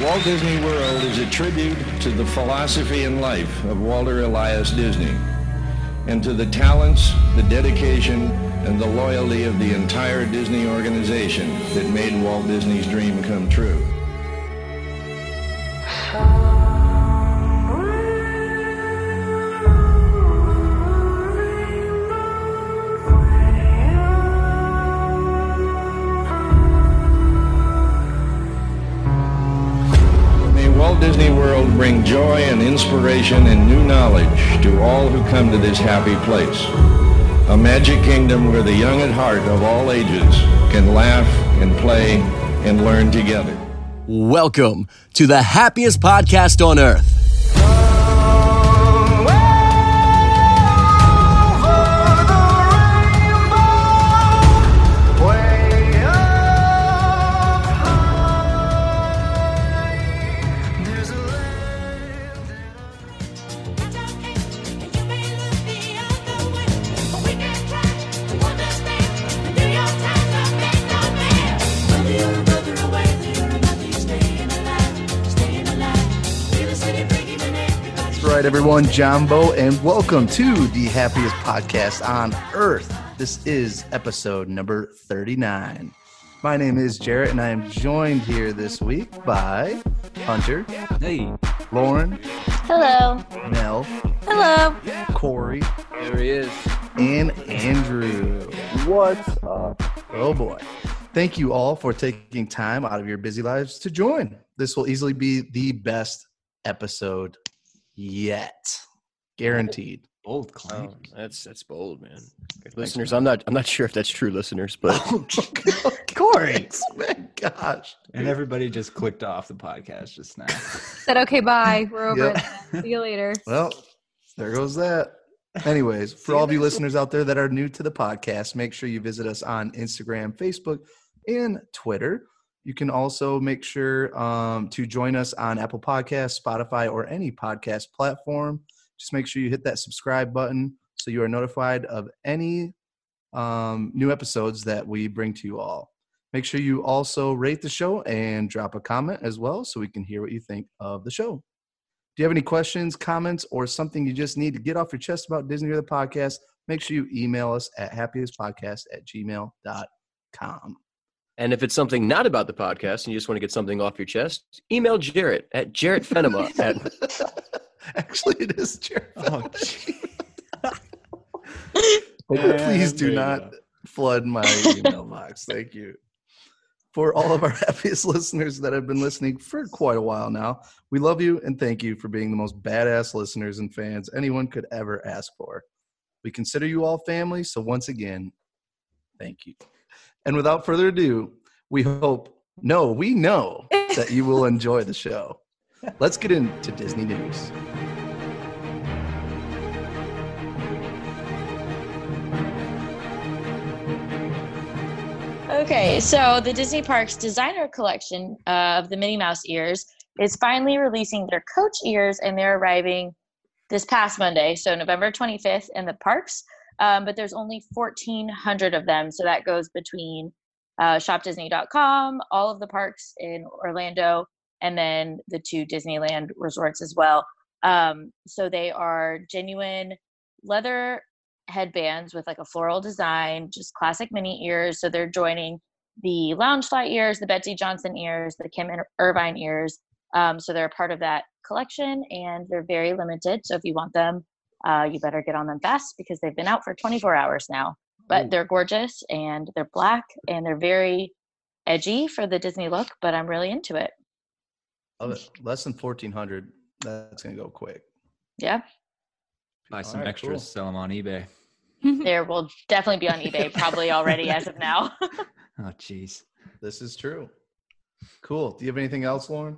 Walt Disney World is a tribute to the philosophy and life of Walter Elias Disney and to the talents, the dedication, and the loyalty of the entire Disney organization that made Walt Disney's dream come true. May Walt Disney World bring joy and inspiration and new knowledge to all who come to this happy place. A magic kingdom where the young at heart of all ages can laugh and play and learn together. Welcome to the happiest podcast on earth. All right, everyone, Jumbo, and welcome to the happiest podcast on earth. This is episode number 39. My name is Jarrett, and I am joined here this week by Hunter, Hey, Lauren, Hello. Mel, Hello. Corey, there he is. and Andrew. What's up? Oh boy. Thank you all for taking time out of your busy lives to join. This will easily be the best episode yet. Guaranteed. Old claim. that's that's bold, man. listeners, I'm not I'm not sure if that's true, listeners, but Corey. oh My gosh. and everybody just clicked off the podcast just now. Said okay, bye. We're over Yep. it. See you later. Well, there goes that. Anyways, for all of you listeners out there that are new to the podcast, make sure you visit us on Instagram, Facebook, and Twitter. You can also make sure um, to join us on Apple Podcasts, Spotify, or any podcast platform. Just make sure you hit that subscribe button so you are notified of any um, new episodes that we bring to you all. Make sure you also rate the show and drop a comment as well so we can hear what you think of the show. Do you have any questions, comments, or something you just need to get off your chest about Disney or the podcast? Make sure you email us at happiestpodcast at gmail.com. and if it's something not about the podcast and you just want to get something off your chest, email Jarrett at Jarrett Fenema at Actually, it is Jared. Oh, But Please There do you not go. flood my email box. Thank you. For all of our happiest listeners that have been listening for quite a while now, we love you and thank you for being the most badass listeners and fans anyone could ever ask for. We consider you all family, so once again, thank you. And without further ado, we hope, no, we know that you will enjoy the show. Let's get into Disney news. Okay, so the Disney Parks designer collection uh, of the Minnie Mouse ears is finally releasing their coach ears, and they're arriving this past Monday, so November 25th, in the parks. Um, but there's only 1,400 of them, so that goes between uh, shopdisney.com, all of the parks in Orlando, and then the two Disneyland resorts as well. Um, so they are genuine leather headbands with like a floral design, just classic mini ears. So they're joining the Loungefly ears, the Betsy Johnson ears, the Kim Ir- Irvine ears. Um, so they're a part of that collection and they're very limited. So if you want them, uh, you better get on them fast because they've been out for 24 hours now. But they're gorgeous and they're black and they're very edgy for the Disney look, but I'm really into it. Love it. Less than 1,400. That's going to go quick. Yeah, Buy some All right, extras, cool. sell them on eBay. there will definitely be on eBay, probably already as of now. Oh, jeez. This is true. Cool. Do you have anything else, Lauren?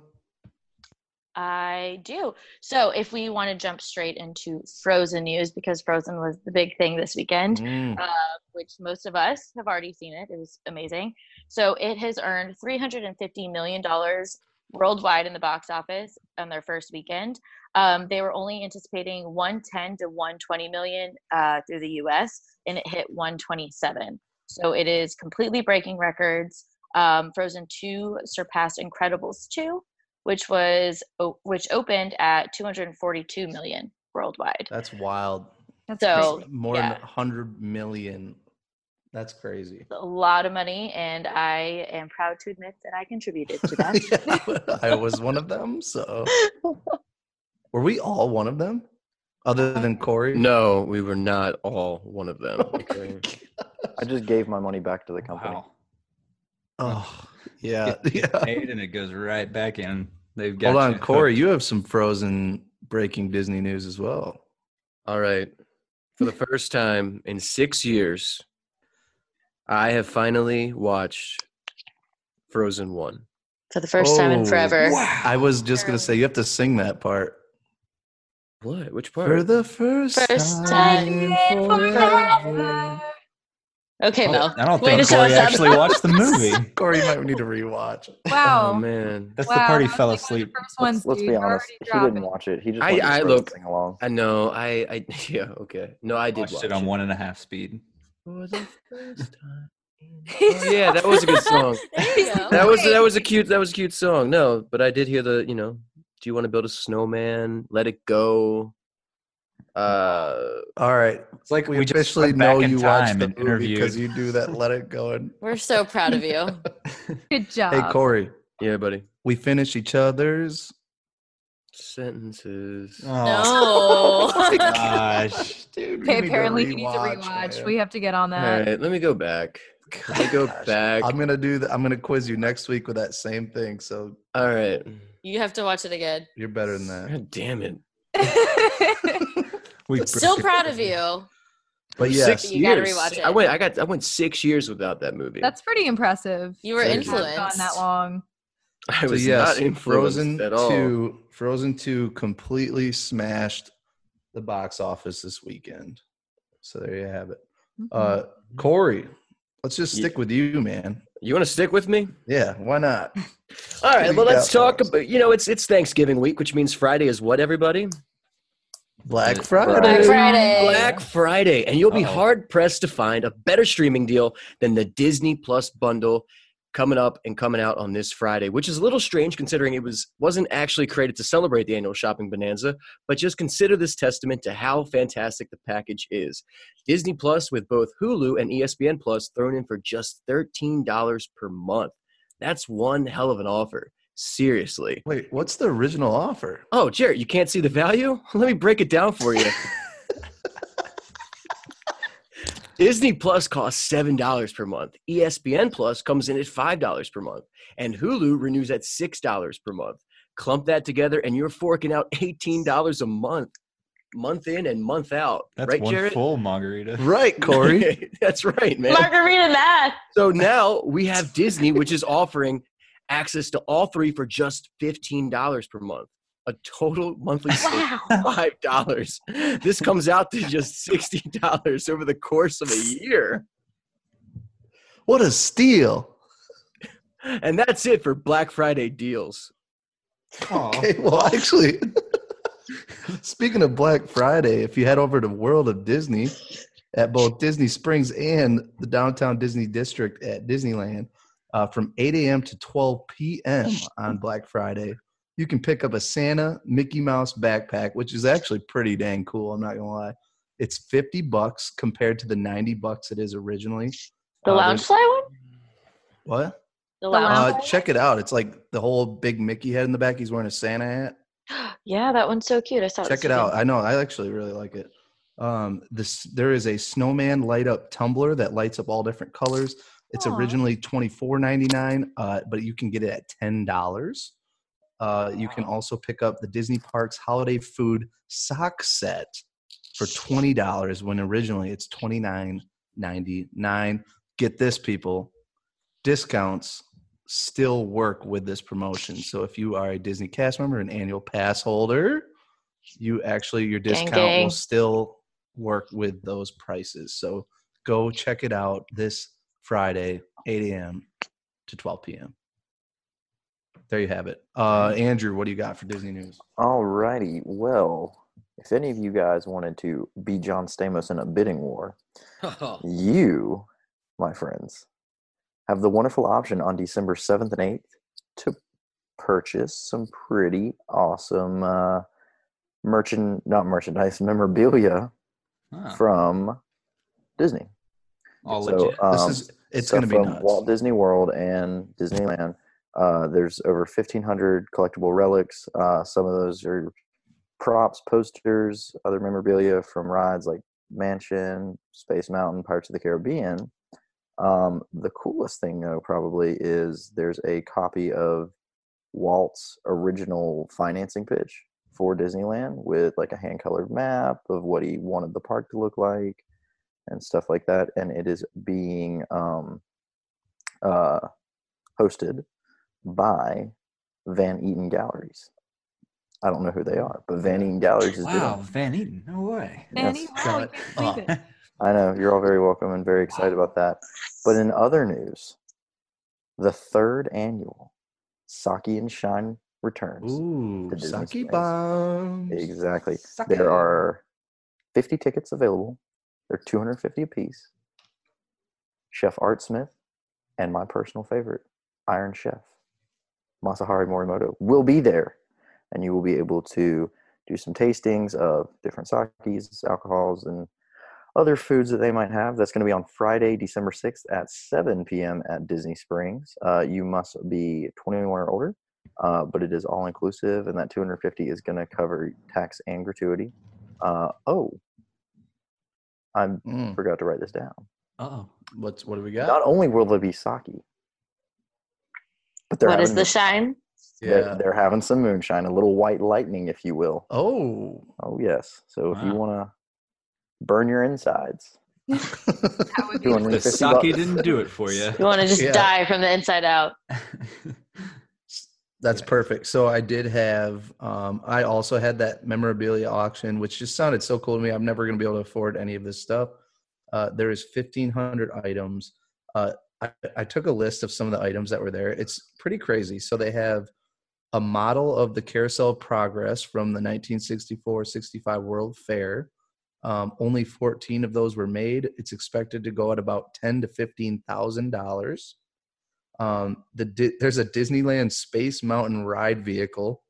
I do. So, if we want to jump straight into Frozen news, because Frozen was the big thing this weekend, uh, which most of us have already seen it, it was amazing. So, it has earned $350 million worldwide in the box office on their first weekend. Um, they were only anticipating 110 to 120 million uh, through the US, and it hit 127. So, it is completely breaking records. Um, Frozen 2 surpassed Incredibles 2 which was o- which opened at 242 million worldwide. That's wild. That's So- crazy. More Oh, Yeah. than 100 million. That's crazy. A lot of money, and I am proud to admit that I contributed to that. Yeah, I was one of them. So were we all one of them? Other than Corey? No, we were not all one of them. Oh Okay. I just gave my money back to the company. Wow. Oh, yeah. yeah. Paid and it goes right back in. They've got Hold on, you hooked. Corey. You have some frozen breaking Disney news as well. All right. For the first time in six years, I have finally watched Frozen 1. for the first time Oh, in forever. I was just going to say, you have to sing that part. What? Which part? For the first, First time, time in forever. Forever. Okay, Oh, Mel. I don't Way to think show Corey us up. actually watched the movie. Corey might need to rewatch. Oh, Wow. man. That's wow. the part he that was fell like one of asleep. the first ones, Let's dude. be You're honest. already He dropping. didn't watch it. He just I- wanted I to look- sing along. I know. I, I, yeah, okay. No, I did watched watch it on one and a half speed. For the first time. Oh, yeah, that was a good song. There you go. That was Okay. that was a cute that was a cute song. No, but I did hear the you know, do you want to build a snowman? Let it go. Uh, All right. It's like We, we just officially went back know in you watched time the and movie because interviewed. you do that. Let it go. And We're so proud of you. Good job. hey, Corey, yeah, buddy. we finish each other's. Oh, Sentences. No. gosh. Dude, we need Okay, to apparently he needs a rewatch, rewatch. man. We have to get on All that. right, let me go back. Let me go Gosh. back. I'm gonna do that. I'm gonna quiz you next week with that same thing. So All right. you have to watch it again. you're better than that. God damn it. We Still broke it. proud of you. But For yes, six You gotta years. rewatch it. I went. I got. I went six years without that movie. That's pretty impressive. You were to have gone influenced. that long. I So was yes, not influenced Frozen at all. Two, Frozen Two, completely smashed the box office this weekend. So there you have it. Uh, Corey, let's just Ye- stick with you, man. You want to stick with me? Yeah, why not? All do right. you Well, got let's for talk us? about. You know, it's it's Thanksgiving week, which means Friday is what everybody. Black Black Friday. Black Friday. Black Friday, and you'll be Uh-oh. hard pressed to find a better streaming deal than the Disney Plus bundle coming up and coming out on this Friday, which is a little strange considering it was wasn't actually created to celebrate the annual shopping bonanza, but just consider this testament to how fantastic the package is. Disney Plus with both Hulu and E ESPN Plus thrown in for just $13 per month. That's one hell of an offer. Seriously. Wait, what's the original offer? Oh, Jared, you can't see the value? Let me break it down for you. Disney Plus costs $7 per month. E ESPN Plus comes in at $5 per month. And Hulu renews at $6 per month. Clump that together and you're forking out $18 a month, month in and month out. That's right, one Jared? full margarita. Right, Corey. That's right, man. Margarita math. So now we have Disney, which is offering access to all three for just $15 per month. A total monthly savings Wow. five dollars. This comes out to just sixty dollars over the course of a year, what a steal. and that's it for Black Friday deals. Okay, well, actually, speaking of Black Friday, if you head over to World of Disney at both Disney Springs and the downtown Disney District at Disneyland uh, from 8 a.m. to 12 p.m. on Black Friday, you can pick up a Santa Mickey Mouse backpack, which is actually pretty dang cool. I'm not gonna lie. It's 50 bucks compared to the 90 bucks it is originally. The Uh, lounge there's- fly one? What? The Uh, lounge fly check it out. It's like the whole big Mickey head in the back. He's wearing a Santa hat. one? Yeah, that one's so cute. I saw check this it too. out. I know. I actually really like it. Um, this there is a snowman light up tumbler that lights up all different colors. It's Aw. originally twenty four ninety nine, uh, but you can get it at ten dollars. Uh, you can also pick up the Disney Parks holiday food sock set for twenty dollars when originally it's twenty nine ninety nine. Get this, people! Discounts still work with this promotion. So if you are a Disney cast member, an annual pass holder, you actually your Gang, discount will gang. still work with those prices. So go check it out this Friday, 8 a.m. to 12 p.m. There you have it. Uh, Mm-hmm. Andrew, what do you got for Disney news? Alrighty, well, if any of you guys wanted to be John Stamos in a bidding war, you, my friends, have the wonderful option on December 7th and 8th to purchase some pretty awesome uh, merchant, not merchandise, memorabilia Huh, from Disney. all so, legit. um, This is it's going stuff to be from nuts. Walt Disney World and Disneyland. Uh, there's over 1,500 collectible relics. Uh, some of those are props, posters, other memorabilia from rides like Mansion, Space Mountain, Pirates of the Caribbean. Um, the coolest thing, though, probably is there's a copy of Walt's original financing pitch for Disneyland with like a hand colored map of what he wanted the park to look like and stuff like that. And it is being um, uh, hosted by Van Eaton Galleries. I don't know who they are, but Van Eaton Galleries is wow, doing. Van Eden. No way. Mm-hmm. Manny, Yes. wow, I Got can't it. believe it. I know you're all very welcome and very excited about that. But in other news, the third annual Saki and Shine returns. Ooh, the Disney sake place. bombs. Exactly. Suck it. There are 50 tickets available. They're 250 apiece. Chef Art Smith and my personal favorite, Iron Chef Masahari Morimoto, will be there, and you will be able to do some tastings of different sakes, alcohols, and other foods that they might have. That's going to be on Friday, December 6th at 7 p.m. at Disney Springs. Uh, you must be 21 or older uh, but it is all inclusive, and that 250 is going to cover tax and gratuity. Uh, oh, I Mm. forgot to write this down. Uh-oh. What's what do we got? Not only will there be sake, but they're what is having the shine? they're, they're having some moonshine, a little white lightning, if you will. Oh. Oh yes. So if you Wow. want to burn your insides, That would be Doing The 50 sake bucks. didn't do it for you. You want to just Oh, Yeah. die from the inside out. That's perfect. So I did have, um, I also had that memorabilia auction, which just sounded so cool to me. I'm never going to be able to afford any of this stuff. Uh, there is 1,500 items. Uh, I, I took a list of some of the items that were there. It's pretty crazy. So they have a model of the Carousel of Progress from the 1964-65 World Fair. Um, only 14 of those were made. It's expected to go at about 10 to 15 thousand dollars. Um, the Di- there's a Disneyland Space Mountain ride vehicle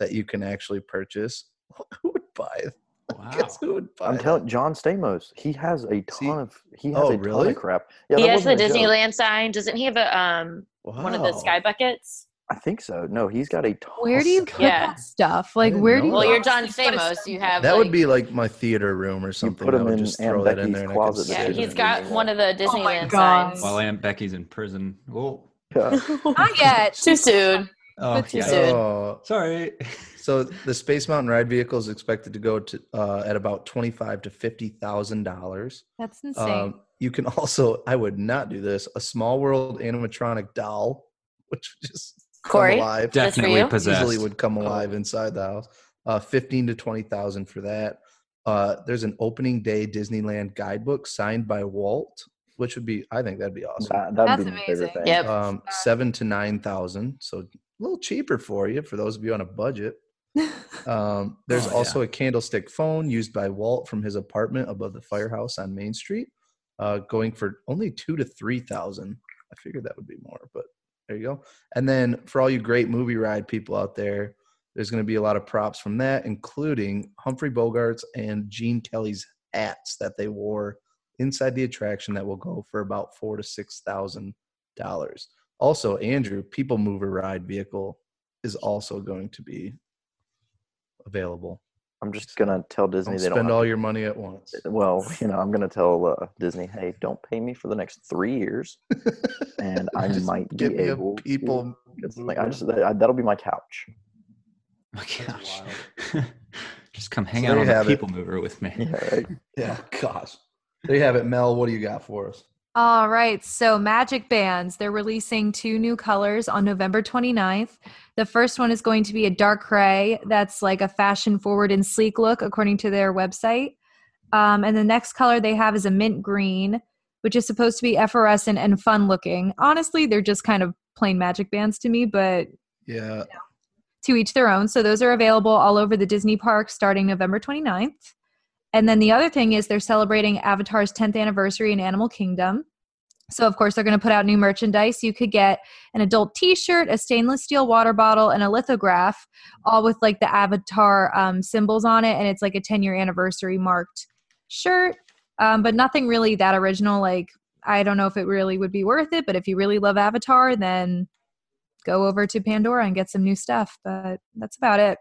that you can actually purchase. who would buy? it? wow. Guess who would buy? I'm it? telling John Stamos, he has a ton See- of he has Oh, a ton really? of crap. Yeah, he that has the wasn't a joke. Disneyland sign. Doesn't he have a um one of the Wow. sky buckets? I think so. No, he's got a ton. Where do you get Yeah. that stuff? Like, didn't where know do you? that. Well, you're John honestly put it Stamos. You somewhere? have That like- would be like my theater room or something. put I him would in just Aunt throw that in Becky's there. and I could closet sit Yeah, there. in he's it. got one of the Oh my Disneyland God. signs. While Aunt Becky's in prison. Whoa. Yeah. Not yet. Too soon. Oh, too yeah. soon. Oh, Sorry. So the Space Mountain ride vehicle is expected to go to uh, at about twenty-five to fifty thousand dollars. That's insane. Um, you can also, I would not do this, a small world animatronic doll, which would just come Corey? alive. Just for Definitely you? possessed. easily would come alive inside the house. Uh, Fifteen to twenty thousand for that. Uh, there's an opening day Disneyland guidebook signed by Walt, which would be, I think that'd be awesome. That, that'd That's be my favorite amazing. thing. Yep. Um, seven to nine thousand, so a little cheaper for you for those of you on a budget. Um, there's Oh, yeah. also a candlestick phone used by Walt from his apartment above the firehouse on Main Street, uh, going for only two to three thousand. I figured that would be more, but there you go. And then for all you great movie ride people out there, there's going to be a lot of props from that, including Humphrey Bogart's and Gene Kelly's hats that they wore inside the attraction that will go for about four to six thousand dollars. Also, Andrew, People Mover ride vehicle is also going to be available. I'm just gonna tell Disney Don't they spend don't. all Have, your money at once. well, you know, I'm gonna tell uh, Disney, hey, don't pay me for the next three years, and I Just might be Give me a able. To, people. it's like I just that, that'll be my couch. My Oh, gosh. Just come hang So out there on you the have it. people mover with me. Yeah, right? Yeah, gosh. There you have it, Mel. What do you got for us? All right. So, Magic Bands, they're releasing two new colors on November 29th. The first one is going to be a dark gray that's like a fashion forward and sleek look, according to their website. Um, and the next color they have is a mint green, which is supposed to be effervescent and fun looking. Honestly, they're just kind of plain Magic Bands to me, but Yeah, to each their own. So those are available all over the Disney park starting November 29th. And then the other thing is they're celebrating Avatar's 10th anniversary in Animal Kingdom. So, of course, they're going to put out new merchandise. You could get an adult t shirt, a stainless steel water bottle, and a lithograph, all with like the avatar um, symbols on it. And it's like a 10 year anniversary marked shirt, um, but nothing really that original. Like, I don't know if it really would be worth it, but if you really love Avatar, then go over to Pandora and get some new stuff. But that's about it.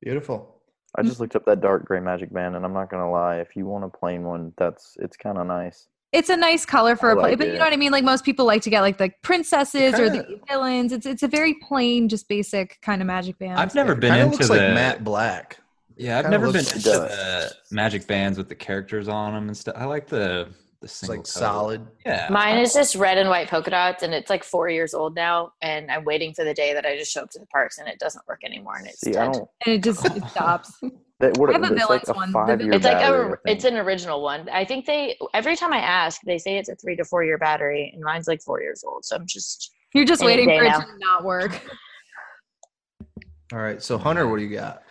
Beautiful. I Hmm? just looked up that dark gray magic band, and I'm not gonna lie. If you want a plain one, that's it's kind of nice. It's a nice color for I a play, like but you it. know what I mean? Like most people like to get like the princesses or the Kinda- villains. It's it's a very plain, just basic kind of magic band. I've never been Kinda into looks the like matte black. yeah. I've kinda never been looks- into It does. the magic bands with the characters on them and stuff. I like the the It's single like color. solid. Yeah, Mine is just red and white polka dots, and it's like four years old now. And I'm waiting for the day that I just show up to the parks and it doesn't work anymore, and it's See, I dead. don't. and it just it stops. That, what I have it, a it's like villain's a one, the five year villain- It's like battery. a, it's an original one. I think they every time I ask, they say it's a three to four year battery, and mine's like four years old. So I'm just You're just Any waiting day for it now. to not work. All right. So Hunter, what do you got?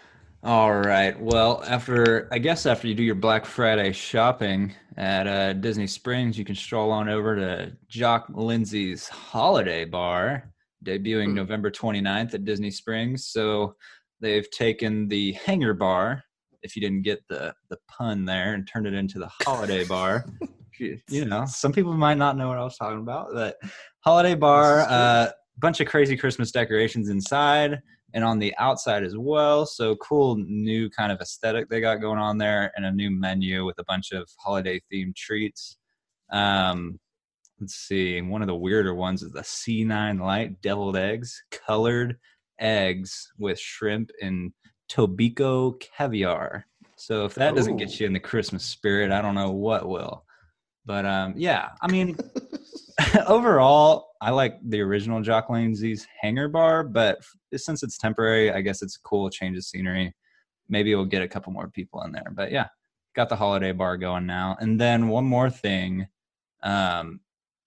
All right. Well, after I guess after you do your Black Friday shopping at uh, Disney Springs, you can stroll on over to Jock Lindsay's Holiday Bar, debuting Hmm. November 29th at Disney Springs. So they've taken the Hanger Bar, if you didn't get the the pun there, and turned it into the Holiday Bar. You you know, some people might not know what I was talking about, but Holiday Bar, This is true. uh, bunch of crazy Christmas decorations inside and on the outside as well. So cool new kind of aesthetic they got going on there, and a new menu with a bunch of holiday themed treats. Um, let's see, one of the weirder ones is the C9 Light deviled eggs, colored eggs with shrimp and Tobiko caviar. So if that doesn't Ooh. get you in the Christmas spirit, I don't know what will. But um, yeah, I mean, overall, I like the original Jock Lindsay's Hanger Bar, but f- since it's temporary, I guess it's cool. Change of scenery. Maybe it'll get a couple more people in there. But yeah, got the holiday bar going now. And then one more thing. Um,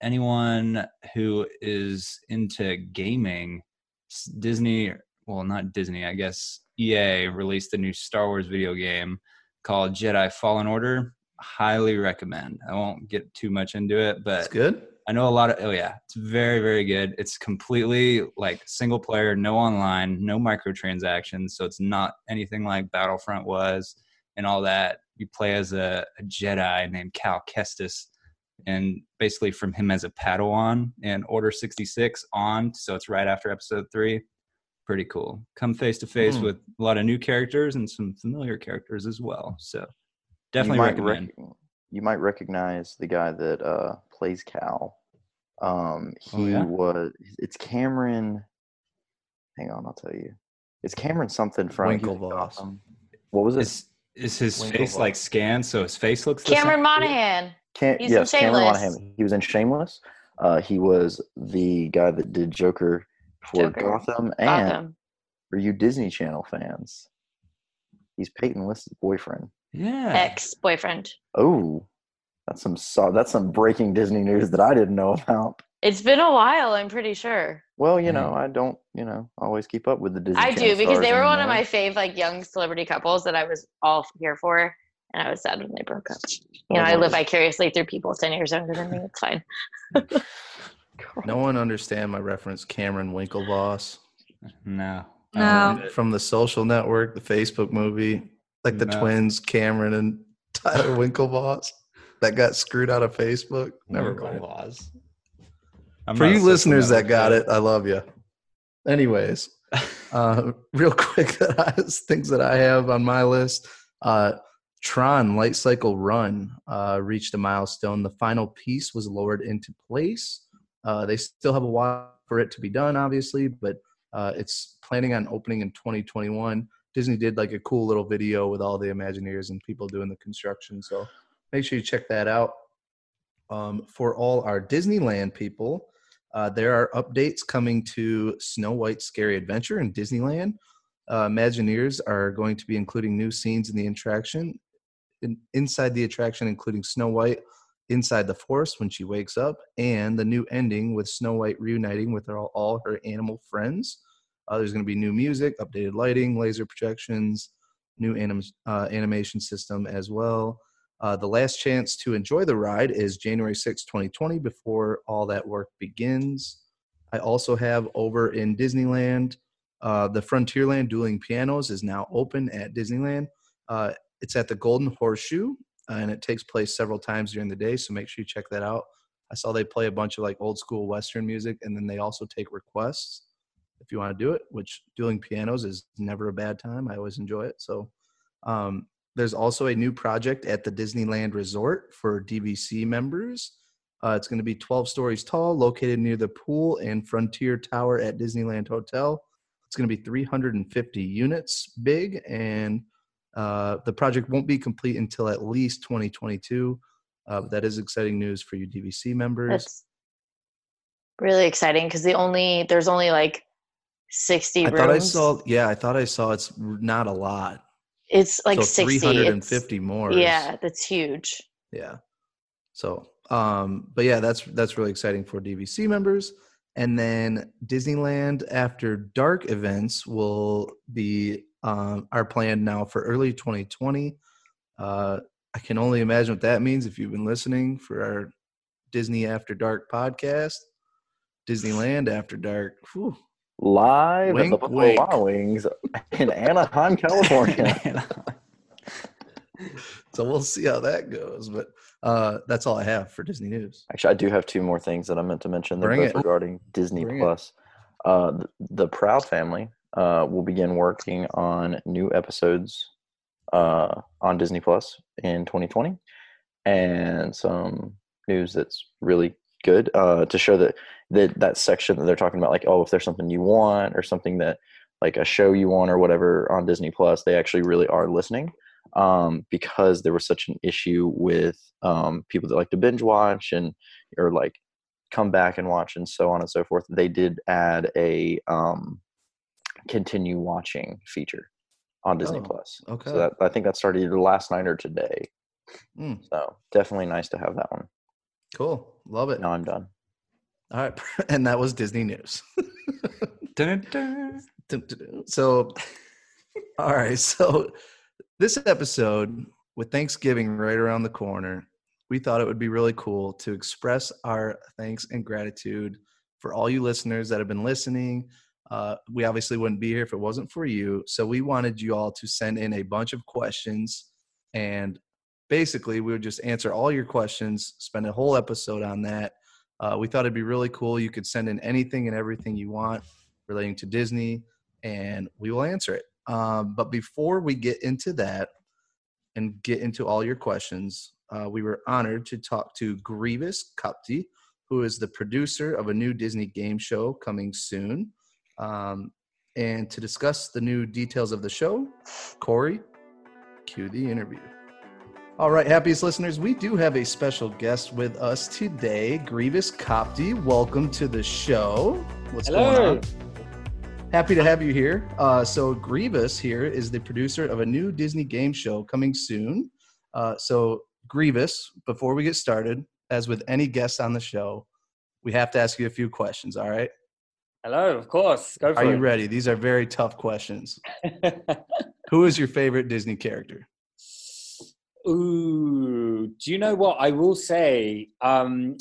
anyone who is into gaming, s- Disney, well, not Disney, I guess EA released a new Star Wars video game called Jedi Fallen Order. Highly recommend. I won't get too much into it, That's but good. I know a lot of. Oh yeah, it's very very good. It's completely like single player, no online, no microtransactions. So it's not anything like Battlefront was and all that. You play as a, a Jedi named Cal Kestis, and basically from him as a Padawan in Order sixty six on. So it's right after Episode three. Pretty cool. Come face to face Hmm. with a lot of new characters and some familiar characters as well. So You definitely might recommend. rec- you might recognize the guy that uh, plays Cal. Um, he Oh, yeah? was. It's Cameron. Hang on, I'll tell you. It's Cameron something from he was in Winklevoss. Gotham. What was it? Is is his Winklevoss. face like scanned so his face looks the same? Cameron Monahan. Cam- He's in yes, Cameron Shameless. Monaghan. He was in Shameless. Uh, he was the guy that did Joker for Joker. Gotham. And Gotham. for you Disney Channel fans, he's Peyton List's boyfriend. Yeah. Ex boyfriend. Oh, that's some so- that's some breaking Disney news that I didn't know about. It's been a while, I'm pretty sure. Well, you know, I don't, you know, always keep up with the Disney. I Channel do because they stars were one of anymore. my fave like young celebrity couples that I was all here for, and I was sad when they broke up. You know, I live vicariously through people ten years younger than me. It's fine. No one understand my reference, Cameron Winklevoss No. I don't from the Social Network, the Facebook movie, like the No. twins, Cameron and Tyler Winklevoss, that got screwed out of Facebook. Never mind. For you listeners that got it, I love you. Anyways, uh, real quick, that I, things that I have on my list. Uh, Tron Light Cycle Run uh, reached a milestone. The final piece was lowered into place. Uh, they still have a while for it to be done, obviously, but uh, it's planning on opening in 2021. Disney did like a cool little video with all the Imagineers and people doing the construction. So make sure you check that out. Um, for all our Disneyland people, uh, there are updates coming to Snow White's Scary Adventure in Disneyland. Uh, Imagineers are going to be including new scenes in the attraction, in, inside the attraction, including Snow White inside the forest when she wakes up, and the new ending with Snow White reuniting with her, all her animal friends. Uh, there's going to be new music, updated lighting, laser projections, new anim- uh, animation system as well. Uh, the last chance to enjoy the ride is January sixth, 2020, before all that work begins. I also have over in Disneyland, uh, the Frontierland Dueling Pianos is now open at Disneyland. Uh, it's at the Golden Horseshoe, uh, and it takes place several times during the day, so make sure you check that out. I saw they play a bunch of like old school Western music, and then they also take requests if you want to do it, which dueling pianos is never a bad time. I always enjoy it. So, um, there's also a new project at the Disneyland Resort for DVC members. Uh, it's going to be 12 stories tall, located near the pool and Frontier Tower at Disneyland Hotel. It's going to be 350 units big, and uh, the project won't be complete until at least 2022. Uh, but that is exciting news for you DVC members. That's really exciting because the only there's only like sixty I rooms. thought I saw. Yeah, I thought I saw. It's r- not a lot. it's like so sixty. 350 more. It's, is- yeah, that's huge. Yeah. So, um, but yeah, that's that's really exciting for DVC members. And then Disneyland after dark events will be um, are planned now for early 2020. Uh, I can only imagine what that means if you've been listening for our Disney After Dark podcast. Disneyland After Dark. Whew. Live at the Wink, Buffalo wink. Wild Wings in Anaheim, California. So we'll see how that goes. But uh, that's all I have for Disney news. Actually, I do have two more things that I meant to mention. They're Bring both it. regarding Disney Bring it. Plus. Uh, th- the Proud family uh, will begin working on new episodes uh, on Disney Plus in 2020, and some news that's really good uh, to show that that that section that they're talking about, like oh, if there's something you want or something that like a show you want or whatever on Disney Plus, they actually really are listening um, because there was such an issue with um, people that like to binge watch and or like come back and watch and so on and so forth they did add a um, continue watching feature on disney Oh, plus okay. so that, i think that started either last night or today Mm. so definitely nice to have that one Cool. Love it. now i'm done All right. And that was Disney news. Dun-dun-dun. Dun, dun, dun. So, all right. So, this episode, with Thanksgiving right around the corner, we thought it would be really cool to express our thanks and gratitude for all you listeners that have been listening. Uh, we obviously wouldn't be here if it wasn't for you. So, we wanted you all to send in a bunch of questions. And basically, we would just answer all your questions, spend a whole episode on that. Uh, we thought it'd be really cool. You could send in anything and everything you want relating to Disney, and we will answer it. Um, but before we get into that and get into all your questions, uh, we were honored to talk to Grievous Kupti, who is the producer of a new Disney game show coming soon. Um, and to discuss the new details of the show, Corey, cue the interview. All right, happiest listeners, we do have a special guest with us today, Grievous Copty. Welcome to the show. What's going on? Happy to have you here. Uh, so, Grievous here is the producer of a new Disney game show coming soon. Uh, so, Grievous, before we get started, as with any guest on the show, we have to ask you a few questions. All right. Hello, of course. Go for Are you it. ready? These are very tough questions. Who is your favorite Disney character? Ooh, do you know what I will say? Um,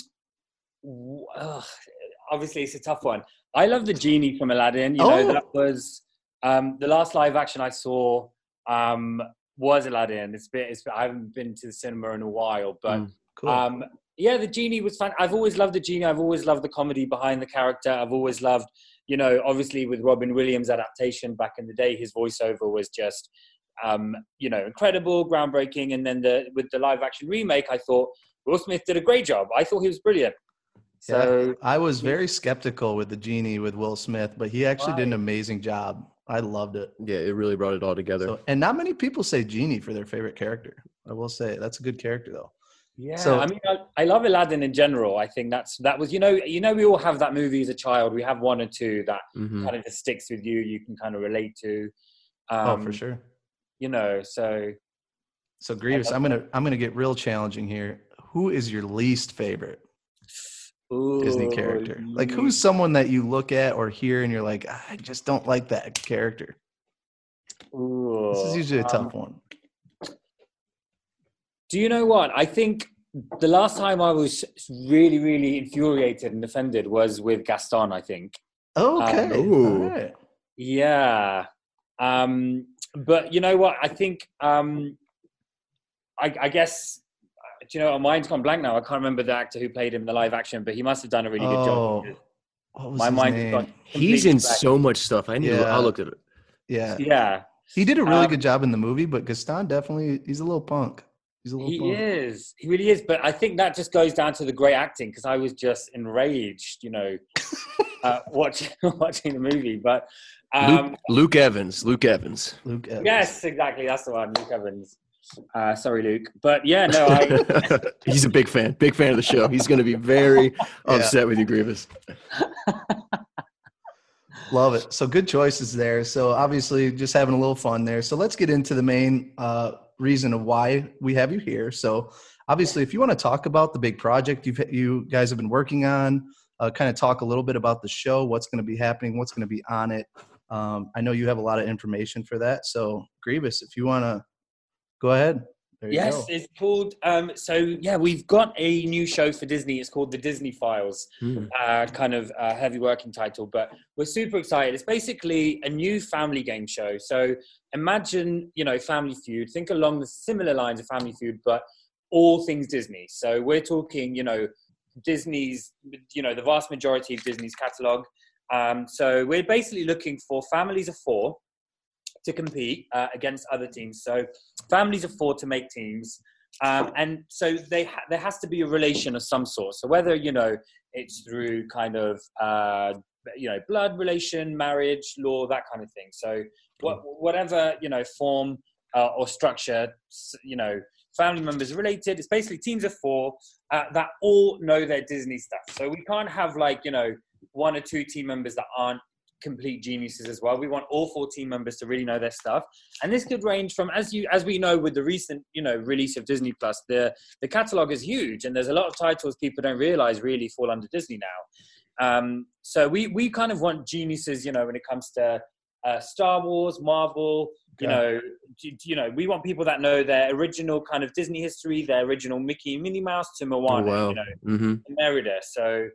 w- ugh, obviously, it's a tough one. I love the genie from Aladdin. You know, Oh. that was um, the last live action I saw um, was Aladdin. It's been, it's been, I haven't been to the cinema in a while, but Mm. Cool. um, yeah, the genie was fun. I've always loved the genie. I've always loved the comedy behind the character. I've always loved, you know, obviously with Robin Williams' adaptation back in the day, his voiceover was just, um, you know, incredible, groundbreaking. And then the with the live action remake, I thought Will Smith did a great job. I thought he was brilliant. So I was very skeptical with the genie with Will Smith, but he actually did an Why? amazing job. I loved it. Yeah, it really brought it all together. So, and not many people say genie for their favorite character. I will say that's a good character though. yeah, So- I mean, I, I love Aladdin in general. I think that's that was, you know, you know, we all have that movie as a child. We have one or two that Mm-hmm. Mhm. kind of just sticks with you. You can kind of relate to. Um, oh, Um, for sure. You know, so So Grievous, I'm gonna I'm gonna get real challenging here. Who is your least favorite Disney Ooh, character? Like you- who's someone that you look at or hear and you're like, I just don't like that character. This Oh, Ooh, um, is usually a um, tough one. Do you know what? I think the last time I was really, really infuriated and offended was with Gaston, I think. Okay. Uh, All ooh. right. Yeah. Um, but you know what? I think, um, I, I guess, uh, do you know, what? mine's gone blank now. I can't remember the actor who played him in the live action, but he must have done a really good Oh, job. what was My his mind name? has gone. He's completely in blank. so much stuff. I need to. Yeah. I'll look at it. Yeah. Yeah. He did a really Um, good job in the movie, but Gaston definitely he's a little punk. He's a little He punk. is. He really is. But I think that just goes down to the great acting because I was just enraged, you know, uh, watching watching the movie. But um, Luke, Luke Evans. Luke Evans. Luke Evans. yes, exactly. That's the one, Luke Evans. Uh, sorry, Luke. But yeah, no, I, He's a big fan. Big fan of the show. He's going to be very upset with you, Grievous. Love it. So good choices there. So obviously just having a little fun there. So let's get into the main uh, reason of why we have you here. So obviously if you want to talk about the big project you've, you guys have been working on, uh, kind of talk a little bit about the show, what's going to be happening, what's going to be on it. Um, I know you have a lot of information for that. So Grievous, if you want to go ahead. There you yes, go. it's called. Um, so yeah, we've got a new show for Disney. It's called The Disney Files. uh, kind of uh, heavy working title, but we're super excited. It's basically a new family game show. So imagine, you know, Family Feud. Think along the similar lines of Family Feud, but all things Disney. So we're talking, you know, Disney's, you know, the vast majority of Disney's catalog. Um, so we're basically looking for families of four to compete uh, against other teams. So families of four to make teams. Um, and so they ha- there has to be a relation of some sort. So whether you know it's through kind of uh, you know blood relation marriage law that kind of thing so what, whatever you know form uh, or structure s- you know family members are related it's basically teams of four uh, that all know their disney stuff so we can't have like you know one or two team members that aren't complete geniuses as well we want all four team members to really know their stuff and this could range from as you as we know with the recent you know release of disney plus the the catalog is huge and there's a lot of titles people don't realize really fall under disney now um, so we we kind of want geniuses you know when it comes to uh, star wars marvel you Okay. know d- you know we want people that know their original kind of disney history their original mickey and minnie mouse to moana wow. you know hmm mm-hmm. Merida. So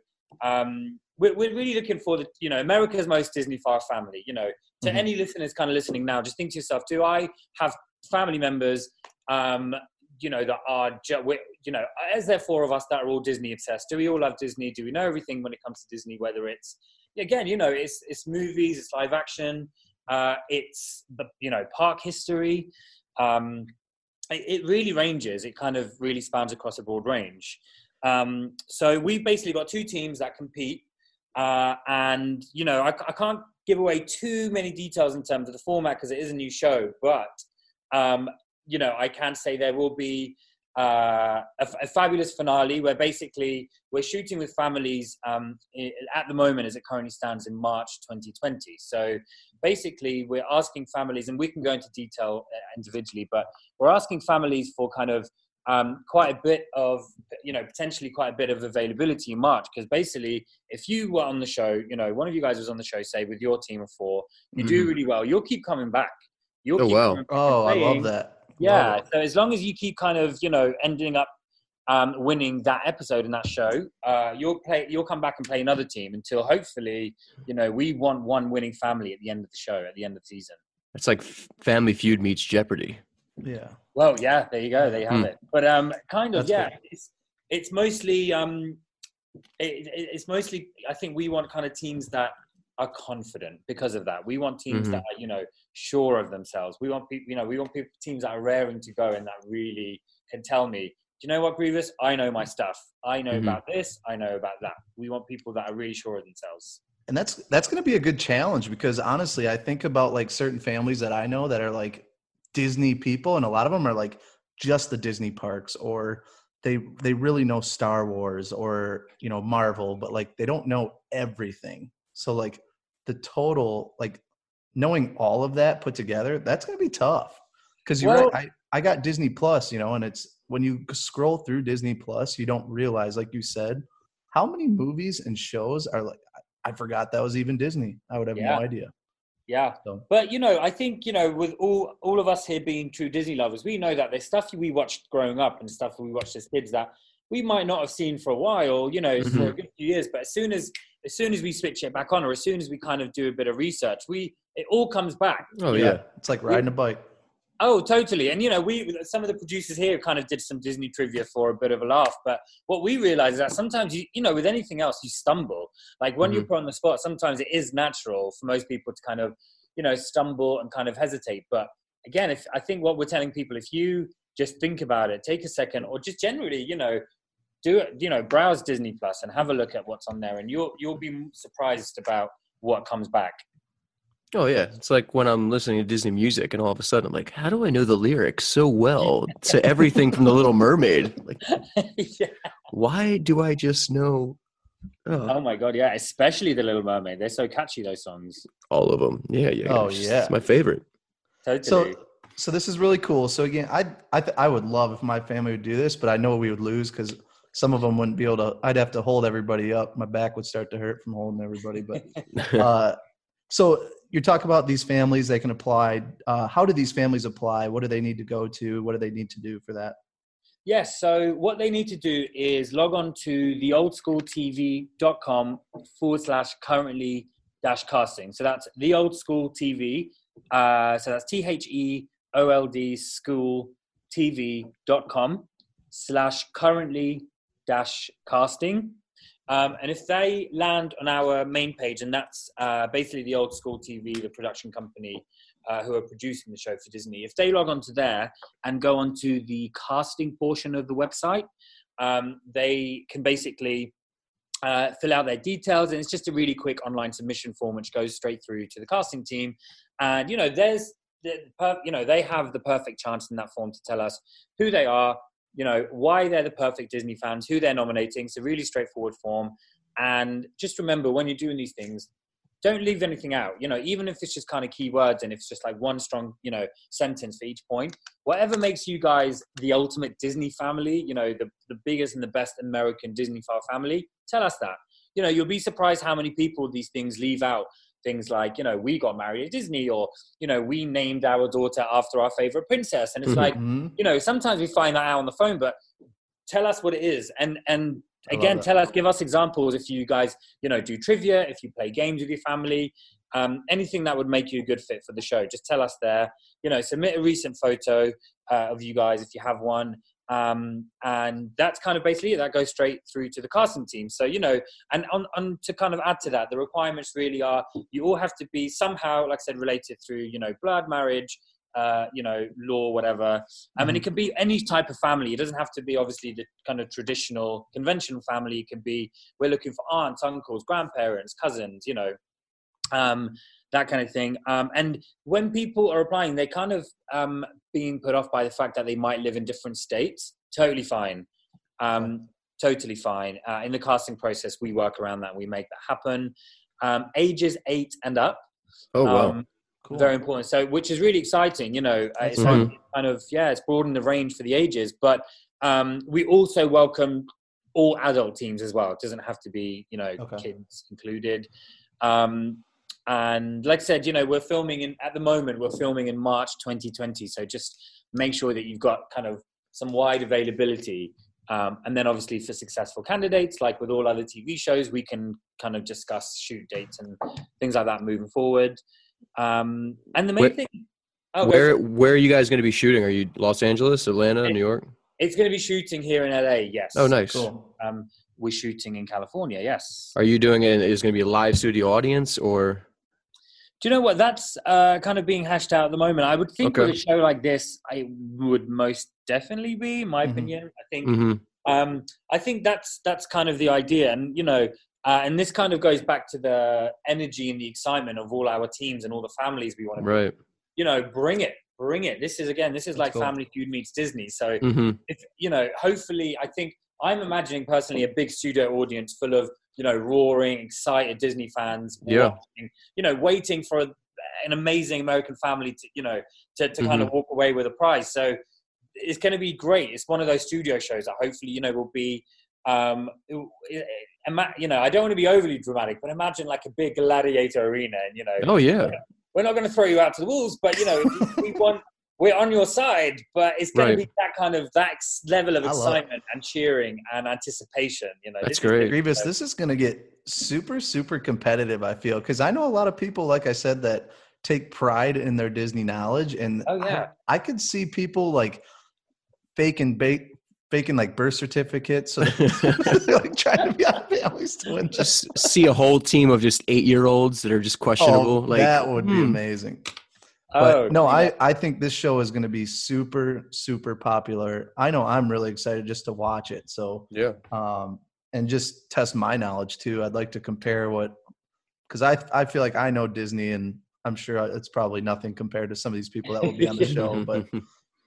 um, we're, we're really looking forward to, you know, America's most Disney far family. You know, to Mm-hmm. Mhm. any listeners kind of listening now, just think to yourself, do I have family members, um, you know, that are, ju- we- you know, as there are four of us that are all Disney obsessed? Do we all love Disney? Do we know everything when it comes to Disney, whether it's, again, you know, it's, it's movies, it's live action, uh, it's, the, you know, park history. Um, it, it really ranges. It kind of really spans across a broad range. Um, so we've basically got two teams that compete, uh, and you know I, c- I can't give away too many details in terms of the format because it is a new show. But um, you know I can say there will be uh, a, f- a fabulous finale where basically we're shooting with families um, i at the moment as it currently stands in March 2020. So basically we're asking families, and we can go into detail uh, individually, but we're asking families for kind of um, quite a bit of you know potentially quite a bit of availability in March because basically if you were on the show you know one of you guys was on the show say with your team of four you do really well you'll keep coming back you'll Mm-hmm. Oh, wow. keep coming back and Oh, I love playing. that. yeah Love it. so as long as you keep kind of you know ending up um, winning that episode in that show uh, you'll play you'll come back and play another team until hopefully you know we want one winning family at the end of the show at the end of the season It's like F- Family Feud meets Jeopardy. Yeah. Well, yeah, there you go. There you have Hmm. it. But um, kind of, That's yeah. It's, it's mostly um, it, it- it's mostly. I think we want kind of teams that are confident because of that. We want teams Mhm. that are you know sure of themselves. We want people, you know, we want people, teams that are raring to go and that really can tell me. Do you know what, Grievous? I know my stuff. I know Mhm. about this. I know about that. We want people that are really sure of themselves. and that's that's going to be a good challenge because honestly i think about like certain families that i know that are like disney people and a lot of them are like just the disney parks or they they really know star wars or you know marvel but like they don't know everything so like the total like knowing all of that put together that's going to be tough because you're Well- right I, I got disney plus you know and it's when you scroll through disney plus you don't realize like you said how many movies and shows are like I forgot that was even Disney. I would have Yeah. no idea. Yeah. So- But you know, I think you know, with all all of us here being true Disney lovers, we know that there's stuff we watched growing up and stuff we watched as kids that we might not have seen for a while, you know, for a good few years. But as soon as as soon as we switch it back on, or as soon as we kind of do a bit of research, we it all comes back. Oh It's like riding a bike. Oh, totally. And you know, we some of the producers here kind of did some Disney trivia for a bit of a laugh. But what we realize is that sometimes you, you know, with anything else, you stumble. Oh Like when you're put on the spot, sometimes it is natural for most people to kind of, you know, stumble and kind of hesitate. But again, if I think what we're telling people, if you just think about it, take a second, or just generally, you know, do it, you know, browse Disney Plus and have a look at what's on there, and you'll you'll be surprised about what comes back. Oh yeah, it's like when I'm listening to Disney music, and all of a sudden, I'm like, how do I know the lyrics so well to everything from The Little Mermaid? Like, yeah. why do I just know oh, Oh my god, yeah, especially the Little Mermaid. They're so catchy those songs. all of them? Yeah, yeah. Oh, it's yeah. my favorite. Totally. So, so this is really cool. So again, I I th- I would love if my family would do this, but I know we would lose because some of them wouldn't be able to. I'd have to hold everybody up. My back would start to hurt from holding everybody. But uh, so you're talking about these families they can apply. Uh, how do these families apply? What do they need to go to? What do they need to do for that? Yes, so what they need to do is log on to theoldschooltv.com forward slash currently dash casting. So that's the old school TV. Uh, so that's T H E O L D school TV.com slash currently dash casting. Um, and if they land on our main page, and that's uh, basically the old school TV, the production company uh, who are producing the show for Disney, if they log on to there, and go onto the casting portion of the website. Um, they can basically uh, fill out their details, and it's just a really quick online submission form, which goes straight through to the casting team. And you know, there's the per- you know they have the perfect chance in that form to tell us who they are, you know, why they're the perfect Disney fans, who they're nominating. It's a really straightforward form, and just remember when you're doing these things. Don't leave anything out, you know. Even if it's just kind of keywords and if it's just like one strong, you know, sentence for each point, whatever makes you guys the ultimate Disney family, you know, the, the biggest and the best American Disney file family, tell us that. You know, you'll be surprised how many people these things leave out. Things like, you know, we got married at Disney or, you know, we named our daughter after our favorite princess. And it's Mhm. like, Mhm. you know, sometimes we find that out on the phone, but tell us what it is. And, and, I love Again, that. tell us, give us examples if you guys, you know, do trivia, if you play games with your family, um, anything that would make you a good fit for the show. Just tell us there. You know, submit a recent photo, uh, of you guys if you have one. Um, and that's kind of basically it. That goes straight through to the casting team. So, you know, and on, on to kind of add to that, the requirements really are you all have to be somehow, like I said, related through, you know, blood, marriage, uh, you know, law, whatever. I Mm-hmm. mean, it can be any type of family. It doesn't have to be obviously the kind of traditional conventional family. It can be, we're looking for aunts, uncles, grandparents, cousins, you know, um, that kind of thing. Um, and when people are applying, they kind of um, being put off by the fact that they might live in different states. Totally fine. Um, totally fine. Uh, in the casting process, we work around that. We make that happen. Um, ages eight and up. Oh wow. Um, Very important. So, which is really exciting. You know, uh, it's Mhm. like kind of yeah, it's broadened the range for the ages. But um, we also welcome all adult teams as well. It doesn't have to be you know Okay. kids included. Um, and like I said, you know, we're filming in at the moment. We're filming in March 2020. So just make sure that you've got kind of some wide availability. Um, and then obviously for successful candidates, like with all other TV shows, we can kind of discuss shoot dates and things like that moving forward. Um, and the main Where- thing, oh, go for where it. where are you guys going to be shooting? Are you Los Angeles, Atlanta, New York? it's going to be shooting here in LA. Yes. Oh, nice. Cool. Um, we're shooting in California. Yes. Are you doing it? Is it going to be a live studio audience or? Do you know what? That's uh, kind of being hashed out at the moment. I would think Okay. with a show like this, I would most definitely be, in my Mhm. opinion. I think hmm um, I think that's that's kind of the idea, and you know, uh, and this kind of goes back to the energy and the excitement of all our teams and all the families we want to. Right. You know, bring it, bring it. This is again, this is like cool. Family Feud meets Disney. So hmm if you know, hopefully, I think I'm imagining personally a big studio audience full of you know roaring, excited Disney fans. Yeah. watching, you know, waiting for an amazing American family to you know to, to kind of walk away with a prize. So it's going to be great. It's one of those studio shows that hopefully you know will be. Um, it- it- ima- you know, I don't want to be overly dramatic, but imagine like a big gladiator arena, and you know, Oh yeah. we're not going to throw you out to the wolves, but you know, we want we're on your side. But it's going Right. to be that kind of that ex- level of I love it. excitement and cheering and anticipation. You know, That's This is- great. Grievous, this is going to get super, super competitive, I feel, because I know a lot of people, like I said, that take pride in their Disney knowledge. And Oh, yeah. I, I could see people like faking, bake, faking like birth certificates. So they're like trying to be on families to win. this. Just see a whole team of just eight year olds that are just questionable. Oh, like that would be hmm. amazing. But Oh no, yeah. I, I think this show is going to be super, super popular. I know I'm really excited just to watch it. So Yeah. um, and just test my knowledge too. I'd like to compare what because I I feel like I know Disney, and I'm sure it's probably nothing compared to some of these people that will be on the show. But Mm-hmm.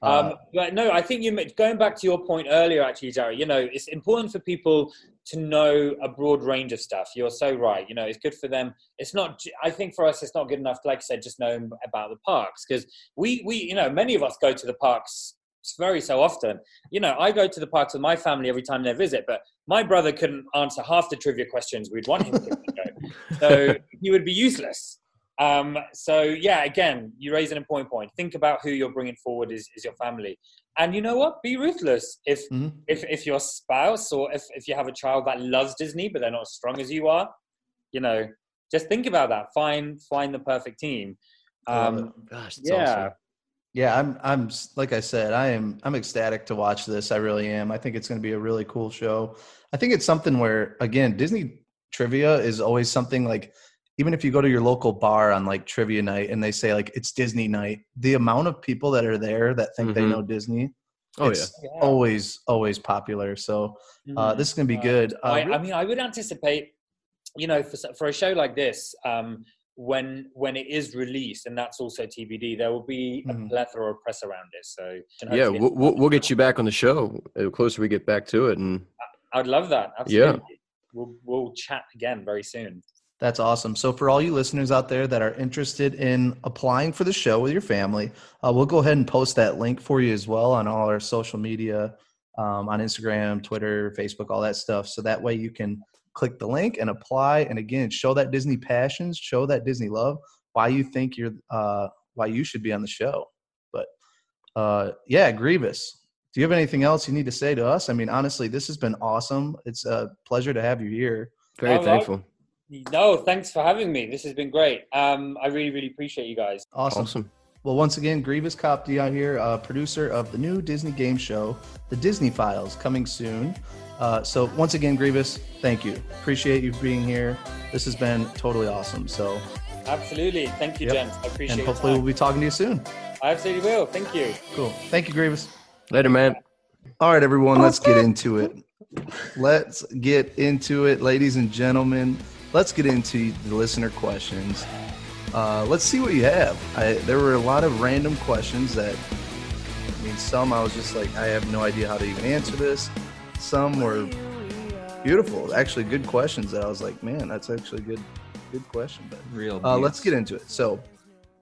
uh, Um, but no, I think you ma- going back to your point earlier, actually, Jerry. You know, it's important for people to know a broad range of stuff. You're so right. You know, it's good for them. It's not. j- I think for us, it's not good enough. Like I said, just knowing about the parks because we, we, you know, many of us go to the parks very so often. You know, I go to the parks with my family every time they visit, but my brother couldn't answer half the trivia questions we'd want him to know. So he would be useless. Um, so yeah, again, you raise an important point. Think about who you're bringing forward is, is your family, and you know what? Be ruthless. If Mhm. if if your spouse or if if you have a child that loves Disney but they're not as strong as you are, you know, just think about that. Find find the perfect team. I love Um, Gosh, that's yeah, yeah, I'm I'm s- like I said, I am I'm ecstatic to watch this. I really am. I think it's going to be a really cool show. I think it's something where again, Disney trivia is always something like even if you go to your local bar on like trivia night and they say like it's Disney night, the amount of people that are there that think they Mhm. know Disney, Oh, it's yeah. always always popular. So Uh, this is going to be Uh, good. Uh, I, I mean, I would anticipate, you know, for, s- for a show like this, um, when when it is released, and that's also TBD, there will be Mhm. a plethora of press around it. So and Yeah, hopefully- we'll, we'll we'll get you back on the show uh, the closer we get back to it. And I'd love that. Absolutely. We'll we'll chat again very soon. that's awesome. So, for all you listeners out there that are interested in applying for the show with your family, uh, we'll go ahead and post that link for you as well on all our social media um, on Instagram, Twitter, Facebook, all that stuff. So that way you can click the link and apply. And again, show that Disney passion, show that Disney love, why you think you're, uh, why you should be on the show. But uh, yeah, Grievous, do you have anything else you need to say to us? I mean, honestly, this has been awesome. It's a pleasure to have you here. very All right. thankful. No, thanks for having me. This has been great. Um, I really really appreciate you guys. Awesome. Awesome. Well, once again, Grievous Cop D out here, uh, producer of the new Disney game show, The Disney Files, coming soon. Uh, so, once again, Grievous, thank you. Appreciate you being here. This has been totally awesome. So, Absolutely. Thank you, Yep. James. I appreciate and your hopefully, time. we'll be talking to you soon. I absolutely will. Thank you. Cool. Thank you, Grievous. Later, man. All right, everyone, let's get into it. Let's get into it, ladies and gentlemen. Let's get into the listener questions. Uh, let's see what you have. I, there were a lot of random questions that, I mean, some I was just like, I have no idea how to even answer this. Some were beautiful, actually good questions that I was like, man, that's actually a good, good question. But Real. uh, let's beauts. get into it. So,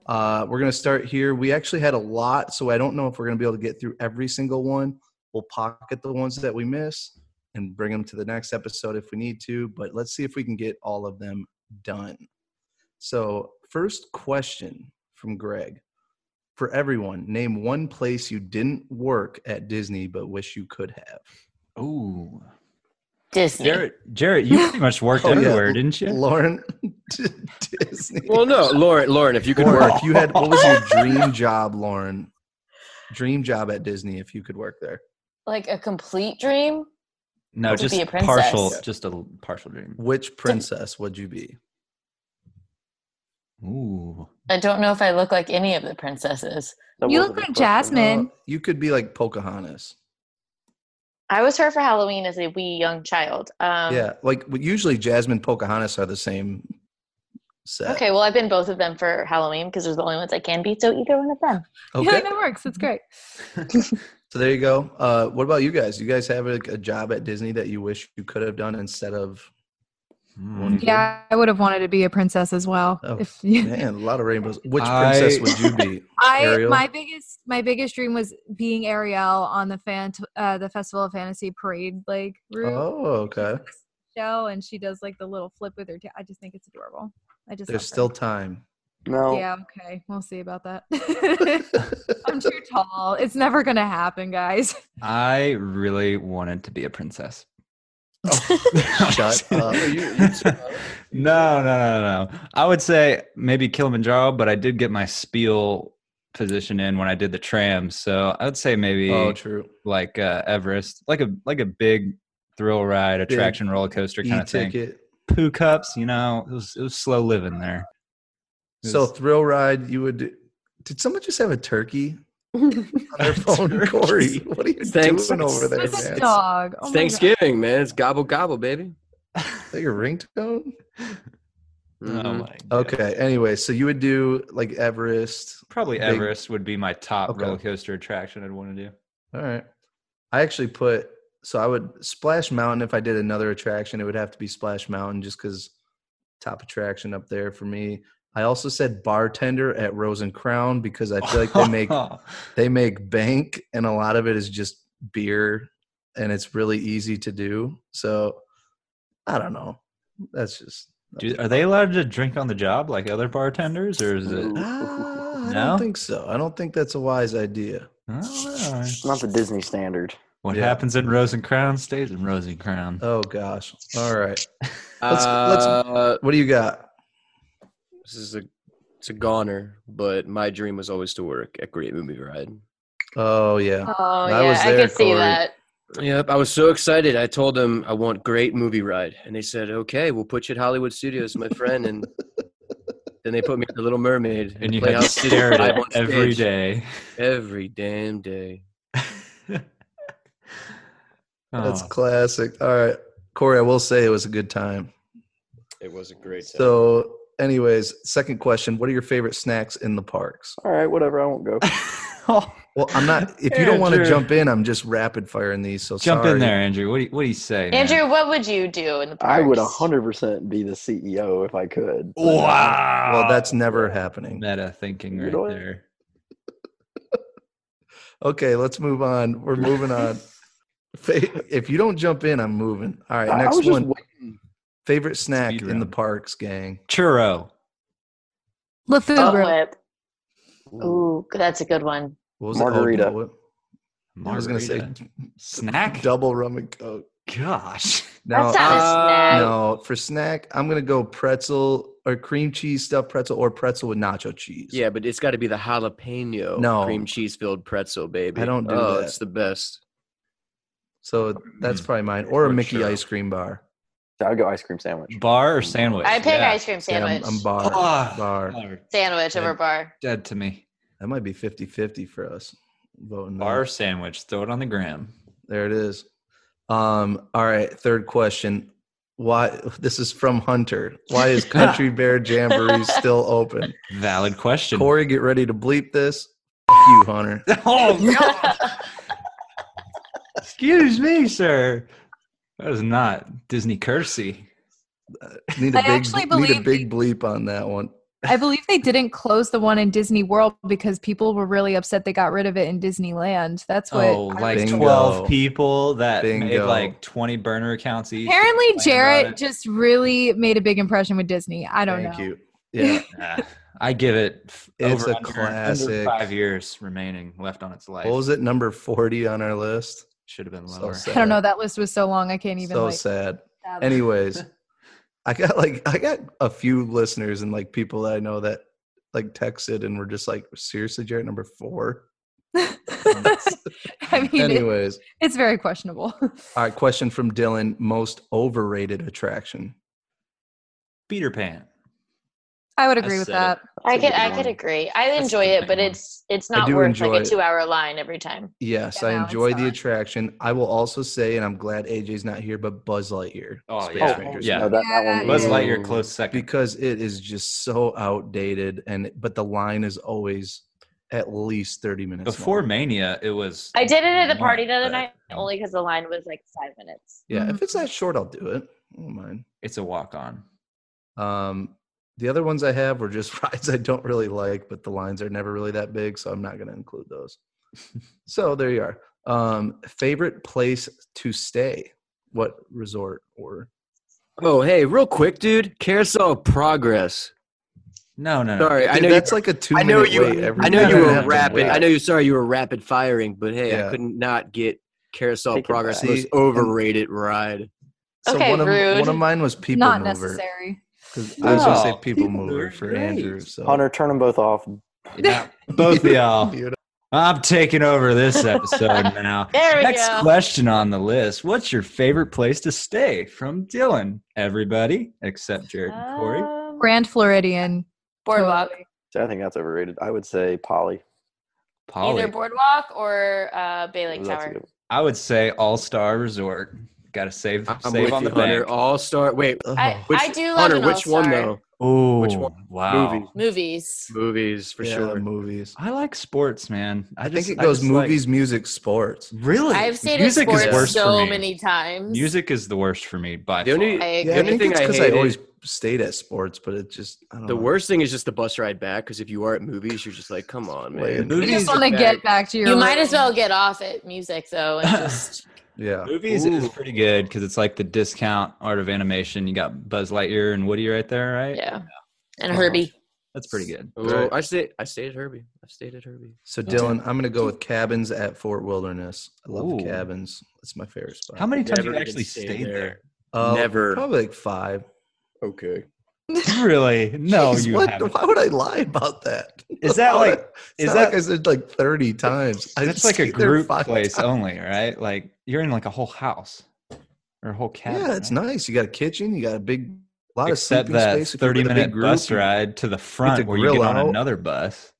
uh, we're going to start here. We actually had a lot, so I don't know if we're going to be able to get through every single one. We'll pocket the ones that we miss and bring them to the next episode if we need to, but let's see if we can get all of them done. So, first question from Greg For everyone, name one place you didn't work at Disney but wish you could have. Ooh, Disney. Jarrett, Jarrett, you pretty much worked Oh, yeah. everywhere, didn't you? Lauren Disney. Well, no, Lauren. Lauren, if you could Lauren, work, if you had what was your dream job, Lauren? Dream job at Disney if you could work there. Like a complete dream? No, To be just a princess. partial, just a partial dream. Which princess would you be? Ooh, I don't know if I look like any of the princesses. That You wasn't look a like question. Jasmine. Uh, You could be like Pocahontas. I was her for Halloween as a wee young child. Um, yeah, like well, usually Jasmine Pocahontas are the same set. Okay, well, I've been both of them for Halloween because they're the only ones I can be. So either one of them. Yeah, Okay. that works. It's great. So there you go. Uh, what about you guys? You guys have like a job at Disney that you wish you could have done instead of? Hmm. Mm-hmm. Yeah, I would have wanted to be a princess as well. Oh, if Man, a lot of rainbows. Which I- princess would you be? I Ariel? my biggest my biggest dream was being Ariel on the fan uh, the Festival of Fantasy Parade like route Oh, okay. show, and she does like the little flip with her. ta- I just think it's adorable. I just There's love still her. time. No. Yeah, okay. We'll see about that. I'm too tall. It's never going to happen, guys. I really wanted to be a princess. Shut up. You- you too, huh? no, no, no, no. I would say maybe Kilimanjaro, but I did get my spiel position in when I did the tram. So I would say maybe Oh, true. like uh, Everest, like a like a big thrill ride, attraction, roller coaster kind of thing. E-ticket. Poo cups, you know, it was it was slow living there. It So was- thrill ride, you would. Did someone just have a turkey on their phone, Turkey. Corey? What are you Thanks. doing over there, It's a man? dog. It's Oh my God. Thanksgiving, man. It's gobble gobble, baby. Is Mm-hmm. that your ringtone? oh Mhm. my God. Okay. Anyway, so you would do like Everest. Probably Big- Everest would be my top Okay. roller coaster attraction I'd want to do. All right. I actually put so I would Splash Mountain if I did another attraction, it would have to be Splash Mountain just because top attraction up there for me. I also said bartender at Rose and Crown because I feel like they make they make bank and a lot of it is just beer and it's really easy to do. So I don't know. That's just Do, are they allowed to drink on the job like other bartenders, or is it? Ooh. Ah, I No? don't think so. I don't think that's a wise idea. I don't know. Not the Disney standard. What Yeah. happens in Rose and Crown stays in Rose and Crown. Oh gosh. All right. Let's- let's- Uh, What do you got? this is a it's a goner, but my dream was always to work at Great Movie Ride. Oh yeah. Oh, I yeah. was I there, could see Corey. that. Yep, I was so excited. I told them I want Great Movie Ride, and they said, "Okay, we'll put you at Hollywood Studios, my friend." And then they put me at the Little Mermaid And the you had to Playhouse Studios stare at live it on every stage. day. every damn day. That's Oh. classic. All right. Corey, I will say it was a good time. It was a great time. So, anyways, second question What are your favorite snacks in the parks? All right, whatever. I won't go. Well, I'm not, if you don't want to Oh. Andrew. jump in, I'm just rapid firing these. So, Jump sorry. in there, Andrew. What do you, what do you say? man? Andrew, what would you do in the parks? I would 100% be the CEO if I could. but- Wow. Well, that's never Ah. happening. meta thinking You right know what? there. Okay, let's move on. We're moving on. Fa- if you don't jump in, I'm moving. All I- right, I next was just one. waiting. Favorite snack Speed in the round. parks, gang? Churro. Butt LeFou. whip. Ooh, that's a good one. What was it? Oh, Margarita. no, what- I was going to say Margarita. snack. double rum and coke. Gosh. Now, that's not uh, a snack. No, for snack, I'm gonna go pretzel or cream cheese stuffed pretzel or pretzel with nacho cheese. Yeah, but it's got to be the jalapeno No. cream cheese filled pretzel, baby. I don't do oh, that. it's the best. So that's probably mine. Or a For Mickey sure. ice cream bar. I would go ice cream sandwich. Bar or sandwich? I pick Yeah. ice cream Yeah, sandwich. I'm, I'm bar. Ah, bar. oh, sandwich Yeah. over bar. Dead to me. That might be 50 50 for us. Voting no. Bar or sandwich. Throw it on the gram. There it is. Um, all right, third question. Why this is from Hunter. Why is Country Bear Jamboree still open? Valid question. Corey, get ready to bleep this. F you, Hunter. oh, excuse me, sir. That is not Disney courtesy. Need a I big actually need a believe big bleep on that one. I believe they didn't close the one in Disney World because people were really upset they got rid of it in Disneyland. That's what. Oh, I like was told. Bingo. 12 people that made Bingo. like 20 burner accounts each. Apparently, Complain about Jarrett it. just really made a big impression with Disney. I don't Thank know. you. Yeah. Nah, I give it f- It's over a under, classic. under five years remaining left on its life. What was it? Number 40 on our list. Should have been So lower. sad. I don't know. That list was so long. I can't even so like. sad. fathom. Anyways, I got like I got a few listeners and like people that I know that like texted and were just like, seriously, Jared, number four. I mean, it- Anyways. it's very questionable. All right, question from Dylan. Most overrated attraction. Peter Pan. I would agree I with said that. I That's a could good I could one. agree. I enjoy the it, but main one. it's it's I not do worth like enjoy a it. two hour line every time. Yes, Yeah, I no, it's enjoy the not. attraction. I will also say, and I'm glad AJ's not here, but Buzz Lightyear. Oh, Space yeah. Rangers. Yeah. No, that, that Yeah, one Buzz yeah. Lightyear close second. because it is just so outdated and but the line is always at least 30 minutes Before long. Mania, it was. I did it at a Not party the other bad. night only because the line was like five minutes. Mm-hmm. yeah if it's that short i'll do it i don't mind It's a walk on. um the other ones i have were just rides i don't really like but the lines are never really that big so i'm not going to include those so there you are um favorite place to stay what resort or Oh, hey, real quick, dude. Carousel of Progress. No, no, no. Sorry, I Dude, know you, that's like a two I know minute you. wait. Every I know you time. were Yeah. rapid. I know you. Sorry, you were rapid firing, but hey, I Yeah. couldn't not get carousel Take it progress back. most See, and- overrated ride. So Okay, one of, rude. one of mine was people Not mover. necessary. 'cause I was gonna say No, people, People mover Mover is for great. Andrew. So Hunter, turn them both off. Yeah, both of y'all. Beautiful. I'm taking over this episode now. There we Next go. question on the list. What's your favorite place to stay from Dylan? Everybody except Jared and Corey. Uh, Um, Grand Floridian. Boardwalk. Totally. See, I think that's overrated. I would say Polly. Polly. Either Boardwalk or uh, Bailey That's a Tower. good one. I would say All Star Resort. Got to save save on the Hunter. bank. All star. Wait, Uh, I, which I do love Hunter? an Which one all-star. though? Oh, Which one? Wow. Movie. Movies. Movies for Yeah, sure. movies. I like sports, man. I, I, just, think it I goes just like- movies, music, sports. really? I've stayed at Music is sports worse for so me. many times. Music is the worst for me by The far. only- I Yeah, agree. I only think thing it's I because I, hated- always stayed at sports, but it just I don't The know. worst thing is just the bus ride back because if you are at movies, you're just like, come on, man. Lame. You just Movies- want to get back to your. you might room. as well get off at music though and just Yeah, Movies is pretty good because it's like the discount art of animation. You got Buzz Lightyear and Woody right there, right? yeah. And Herbie. That's pretty good. Oh, I stayed. I stayed at Herbie. I stayed at Herbie. So Dylan, I'm gonna go with cabins at Fort Wilderness. I love Ooh. the cabins. That's my favorite spot. How many times have you Never actually even stayed stayed there? Uh, Never. Probably like five. Okay. really? No, Jeez, you what? haven't. Why would I lie about that? Is that Why would like- I- is it's not that- like I said like 30 times? I That's like a stayed there group five place times. only, right? Like you're in like a whole house or a whole cabin. Yeah, it's right? nice. You got a kitchen. You got a big lot Except of sleeping that space. if you're 30 with a big minute group, bus you- ride to the front to where you get grill on out. another bus.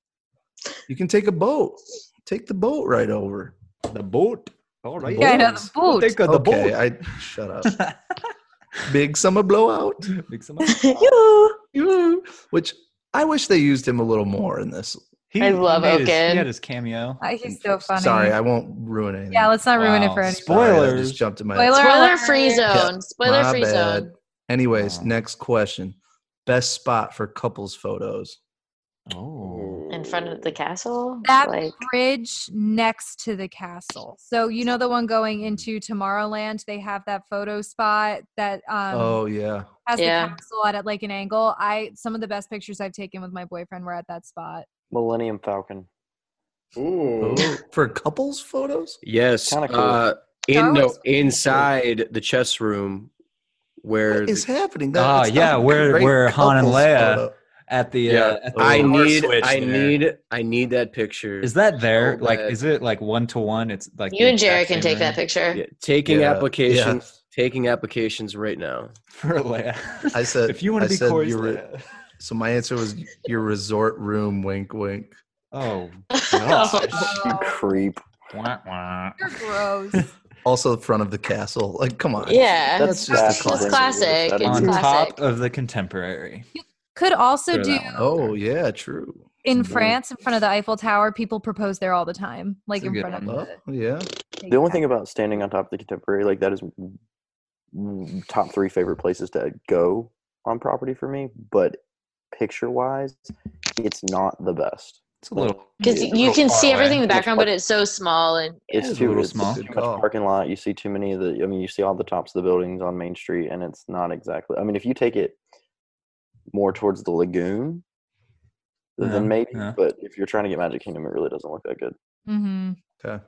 You can take a boat. Take the boat right over. The boat. All right. Yeah, I know the We'll boot. Take uh, the okay, boat. I shut up. big summer blowout. Make some- Yoo-hoo. Yoo-hoo. Which I wish they used him a little more in this. He, I love he made his- Oaken. He had his cameo. Uh, He's so funny. Sorry, I won't ruin anything. yeah, let's not ruin it Wow. for anyone. Spoil- Sorry, that Spoilers. just jumped in my Spoiler Spoiler alert. free zone. Spoiler My free bad. zone. Anyways, Wow. next question. Best spot for couples photos. Oh. In front of the castle. That like bridge next to the castle. So you know the one going into Tomorrowland. They have that photo spot that um oh yeah. has Yeah. the castle at, at like an angle. I some of the best pictures I've taken with my boyfriend were at that spot. Millennium Falcon. Ooh. Oh, for couples photos? Yes. Kinda cool. Uh, in Star no, Wars? inside the chess room, where What is happening? Ah, it's yeah, not a where- great where Han and couples Leia- photo. At the Yeah. uh, Oh, at the I power need, switch I there. need, I need that picture. Is that there? so like, bad. is it like one to one? It's like you the and Jared exact can same take that room? picture. Yeah, taking Yeah, applications, taking applications right now. for Leia. I said- if you want I to be said Corey's you were- Leia. So my answer was your resort room wink wink. Oh, Oh. gosh. You Oh. creep. Wah, wah. You're gross. Also the front of the castle. Like come on. Yeah. That's just a fashion thing. classic. It's classic. That It's is- On classic. top of the contemporary. Could also Throw do that one up Oh there. yeah, true. in France in front of the Eiffel Tower. People propose there all the time, like That's a in good front one. of Oh, yeah. the. The only thing about standing on top of the contemporary, like that is mm, top three favorite places to go on property for me. But picture wise, it's not the best. It's a little Because Yeah. you can far see away. everything in the Looks background, like- but it's so small and It's is a too little it's small. Too Good much call. parking lot. You see too many of the. I mean, you see all the tops of the buildings on Main Street, and it's not exactly. I mean, if you take it more towards the lagoon, Yeah, then maybe. yeah. But if you're trying to get Magic Kingdom, it really doesn't look that good. Mm-hmm. okay.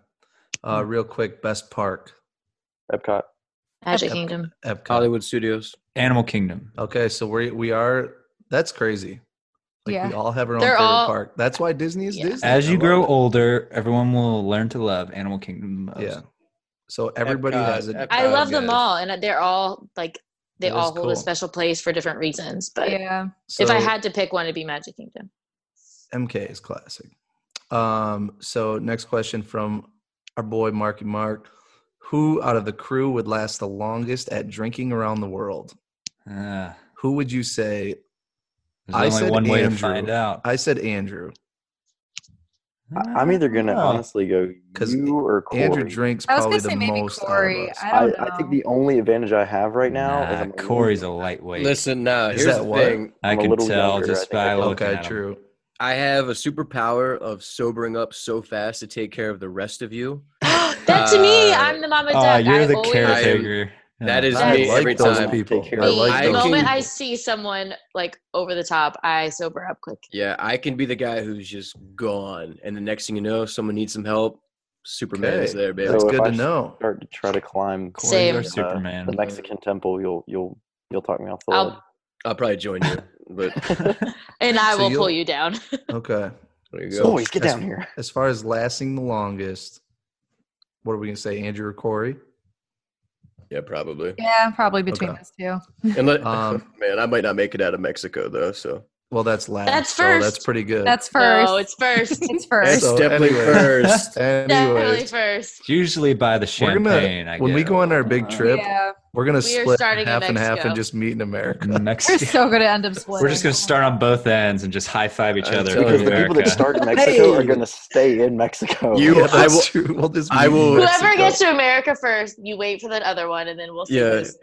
Uh, real quick, best park, Epcot. Magic Epcot. Kingdom. Epcot. Hollywood Studios. Animal Kingdom. Okay, so we we are. That's crazy. Like Yeah. we all have our own They're favorite all- park. That's why Disney is Yeah. Disney. As I you love grow it. older, everyone will learn to love Animal Kingdom. the most. yeah. So everybody Epcot, has it. Epcot. I Uh, love them guys. all, and they're all like they That is all hold a cool. special place for different reasons. But Yeah. So if I had to pick one, it'd be Magic Kingdom. MK is classic. Um. So next question from our boy Marky Mark. Who out of the crew would last the longest at drinking around the world? Ah, Who would you say? there's I only said one way to Andrew. find out. I said Andrew. I- I'm either gonna Ah. honestly go 'Cause you or Corey. Andrew drinks I was probably gonna say the maybe most. out of Corey. us. I I, don't know. I think the only advantage I have right now Nah, is I'm a little- Corey's a lightweight. Listen, now Is here's that the what? thing. I I'm a can little tell younger, I just think I by can- looking okay, at him. true. I have a superpower of sobering up so fast to take care of the rest of you. That's me. Uh, I'm the Mama Duck. uh, Ah, you're I the always, carrot. caretaker. That is I me like every those time. people. Take care. I Me. The like I those moment can- I see someone like over the top, I sober up quick. Yeah, I can be the guy who's just gone, and the next thing you know, someone needs some help. Superman is Okay. there, baby. That's So if good I to know. Start to try to climb Corey's Same. our uh, Superman. the Mexican temple. You'll you'll you'll talk me off the I'll- ledge. I'll probably join you, but And I So will you'll- pull you down. Okay. there you So- go. Boys, get That's- down here. As far as lasting the longest, what are we gonna say, Andrew or Corey? Yeah, probably. Yeah, probably between Okay. us two. Unless, Um, man, I might not make it out of Mexico though. So Well, that's last. That's so that's first. pretty good. That's first. no, it's first. it's that's first. So definitely anyway. first. Definitely Anyways, first. It's usually by the We're gonna- champagne. I when get we go on our big Uh, Uh-huh. trip, Yeah, we're gonna We are split starting in half and half and Mexico. just meet in America. we're Mexico. so going to end up splitting. We're just gonna start on both ends and just high five each I'm other. telling from Because the people that America. start in Mexico are Hey. going to stay in Mexico. You- Yeah, I that's will- true. We'll just meet I in will- Whoever Mexico. gets to America first, you wait for the other one, and then we'll see Yeah. who's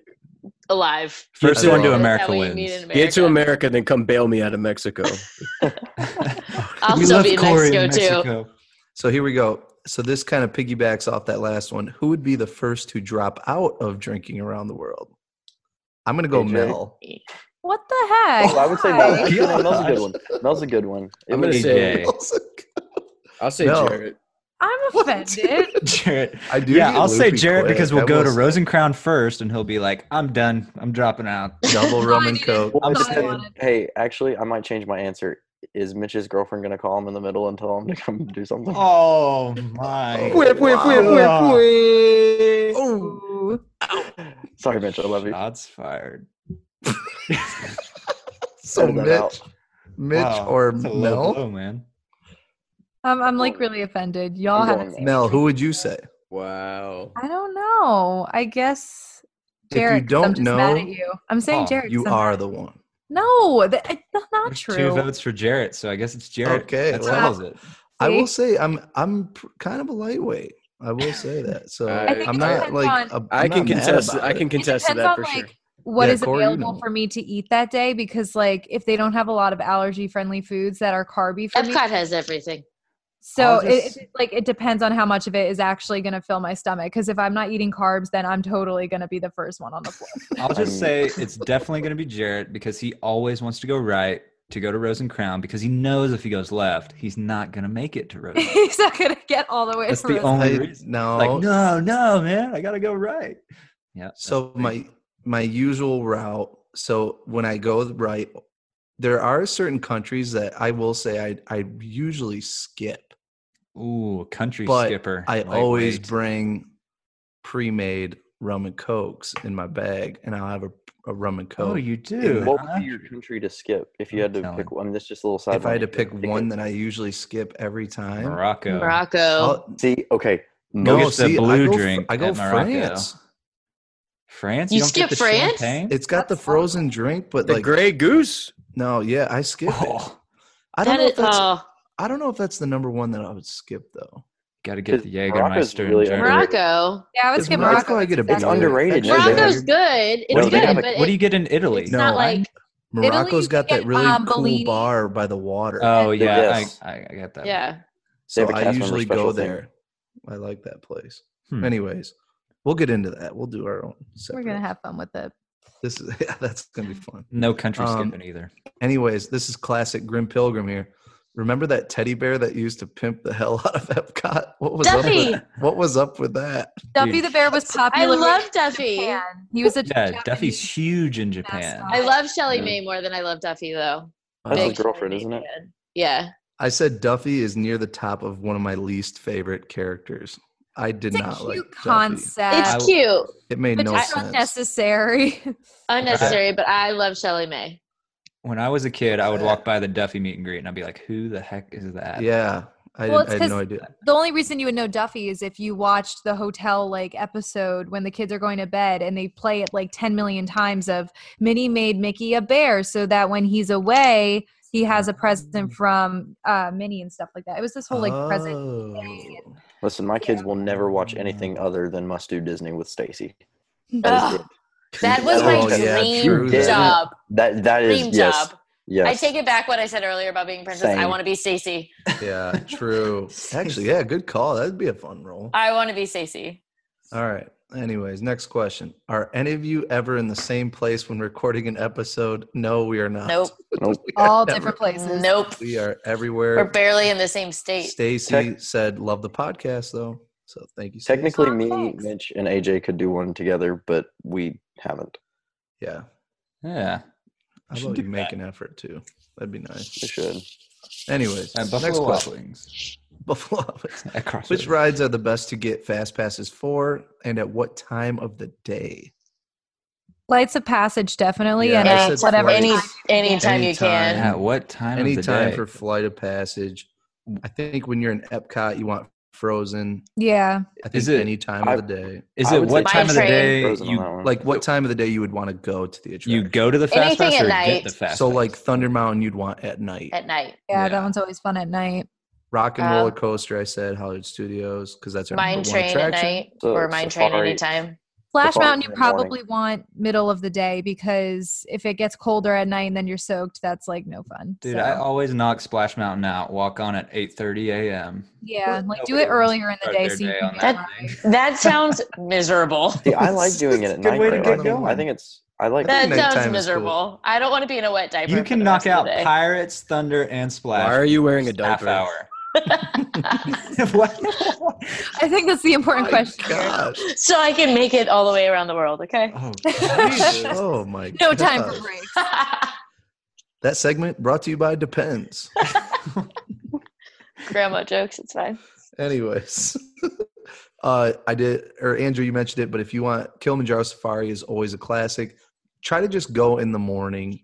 alive. First Yeah. one to That's how America we meet in wins. America. Get to America, then come bail me out of Mexico. I'll We still love be in Corey Mexico, too. So here we go. So this kind of piggybacks off that last one. Who would be the first to drop out of drinking around the world? I'm gonna go AJ. Mel. What the heck? Oh, I would say Why? Mel. Actually, no, Mel's a Gosh. good one. Mel's a good one. It I'm would gonna be- say, I'll say No. Jared. I'm What? offended. Jarrett. I do. Yeah, get I'll say loopy Jarrett quick, because I we'll go will to say. Rosencrown first, and he'll be like, "I'm done. I'm dropping out." double rum and Fine. coke. Well, I'm That's just all I then- wanted. hey, actually, I might change my answer. Is Mitch's girlfriend going to call him in the middle and tell him to come do something? Oh my! Whip, whip, whip, whip, Wow. Ooh. Sorry, Mitch. I love you. Shots fired. So Edit that Mitch, out. Mitch Wow, or that's a low blow, Mel? man. I'm, I'm like really offended. Y'all I'm have going it. Mel. Mel, who would you say? Wow. I don't know. I guess If you Jared. 'cause I'm don't just mad at know- you. I'm saying Oh, Jared. 'cause You I'm are mad. the one. No, that, I- that's not There's true. two votes for Jarrett, so I guess it's Jarrett. Okay, that well- settles it. I will See? say I'm I'm pr- kind of a lightweight. I will say that. So I think I'm it not depends like on- a, I'm I can not mad contest. about I it. can contest to depends that on, for sure. like, what Yeah, is Corey, you available know. for me to eat that day because like if they don't have a lot of allergy friendly foods that are carby for me Epcot has everything. so I'll it- it, just- it like it depends on how much of it is actually going to fill my stomach because if i'm not eating carbs then i'm totally going to be the first one on the floor I'll just I'm- say it's definitely going to be Jarrett because he always wants to go right to go to Rosencrown because he knows if he goes left, he's not going to make it to Rosencrown. he's not going to get all the way That's to the Rose- only I, reason. no, Like, no, no, man, I got to go right. Yeah. that's So the thing. my my usual route. So when I go right, there are certain countries that I will say I I usually skip. ooh country but skipper. I always lightweight. bring pre-made rum and cokes in my bag, and I'll have a, a rum and coke. Oh, you do. And What huh? would be your country to skip if you I'm had to telling. pick? I mean, this is just a little side. if I one. had to If you pick one that I usually skip every time, Morocco. Morocco. I'll- see, okay, Go no, get the see, blue I go, fr- drink I go at Morocco. France. France. You don't get skip the France? champagne? It's got the That's not frozen drink, but The like Gray Goose. no, yeah, I skip it. Oh, I don't That know is- if that's oh, I don't know if that's the number one that I would skip though. got to get the 'Cause Morocco's Jägermeister. and really Germany. underrated. Morocco. yeah i would It's skip Mor- I morocco feel like it'd have been It's Exactly. underrated. No, they have- Morocco's good. It's What, No, do good, you get in, but what do you it, get in Italy? it's No, not Wine? like Morocco's you got get, that really um, cool Bellini. bar by the water, Oh yeah, Yes. I, I I get that. yeah. Uh, They so have a I cast member usually special go thing. there. I like that place. Hmm. Anyways, we'll get into that. We'll do our own. we're Separate. going to have fun with it this is yeah, that's gonna be fun. No country Um, skipping either. Anyways, this is classic Grim Pilgrim here. Remember that teddy bear that used to pimp the hell out of Epcot? What was up Duffy. with, what was up with that? duffy Dude. the bear was I popular love in Duffy. japan he was a Yeah, Japanese- Duffy's huge in Japan. mascot. I love Shelly Yeah. May more than I love Duffy, though. That's Big his girlfriend, Shelley isn't May it? fan. Yeah. I said Duffy is near the top of one of my least favorite characters. I did it's a not cute like Duffy. concept It's I- cute, It made but no it's sense. unnecessary unnecessary, but I love Shelly May. When I was a kid, I would walk by the Duffy meet and greet, and I'd be like, "Who the heck is that?" Yeah, I, Well, didn't, I it's had no 'cause- idea. the only reason you would know Duffy is if you watched the hotel like episode when the kids are going to bed and they play it like 10 million times of Minnie made Mickey a bear so that when he's away, he has a present from uh, Minnie and stuff like that. It was this whole like present. Oh. Listen, my kids will never watch anything other than Must Do Disney with Stacy. That Ugh, is it. that was my Oh, yeah, dream true that. job. That that is Dream yes, job. yes. I take it back what I said earlier about being princess. I Same. want to be Stacey. Yeah, Uh, true. Actually, yeah, good call. That'd be a fun role. I want to be Stacey. All right. Anyways, next question. Are any of you ever in the same place when recording an episode? No, we are not. Nope. Nope. We are All never- different places. Nope. We are We're everywhere. barely in the same state. Stacy said, "Love the podcast, though." So thank you. Stacey. Technically, me, Thanks. Mitch, and AJ could do one together, but we haven't. yeah. Yeah. How should about do you make an effort too? That'd be nice. We should. Anyways, At next Buffalo Wild question. Wings. Buffalo. Wild Wings. At Crossroads. Which rides are the best to get fast passes for, and at what time of the day? Lights of Passage, definitely. Yeah, and I uh, said whatever. flight. Any time you can. anytime you Anytime. can. At what time of the Anytime day? for Flight of Passage. I think when you're in Epcot, you want Frozen. Yeah. I think Is it- any time I- of the day. Is I it would what say time of the Mine train. day Frozen on you, that one. Like what time of the day you would want to go to the attraction? you go to the fast Anything pass at or night. get the fast so pass? like Thunder Mountain, you'd want at night. At night. yeah, Yeah. that one's always fun at night. Rock and Um, Roller Coaster, I said Hollywood Studios because that's our Mine number one train at attraction. night So, or mine train Safari- anytime. Flash Safari Mountain, you in the morning. probably want middle of the day because if it gets colder at night and then you're soaked, that's like no fun. Dude, So, I always knock Splash Mountain out. Walk on at 8:30 a.m. yeah, like Nobody do it wants to earlier in the start day their so you day can on get that that. thing. That sounds miserable. See, I like doing it It's a at good night. way to though. get I think, I going. think it's. I like. That nighttime is sounds cool. miserable. I don't want to be in a wet diaper. You for can the knock rest of out the day. Pirates, Thunder, and Splash. Why are you wearing a half diaper? hour? what? I think that's the important question. here. Gosh. so I can make it all the way around the world, okay? Oh, Jesus. oh my No time for gosh. breaks. Oh. That segment brought to you by Depends. Grandma jokes, it's fine. Anyways, uh, I did, or Andrew, you mentioned it, but if you want, Kilimanjaro Safari is always a classic. Try to just go in the morning,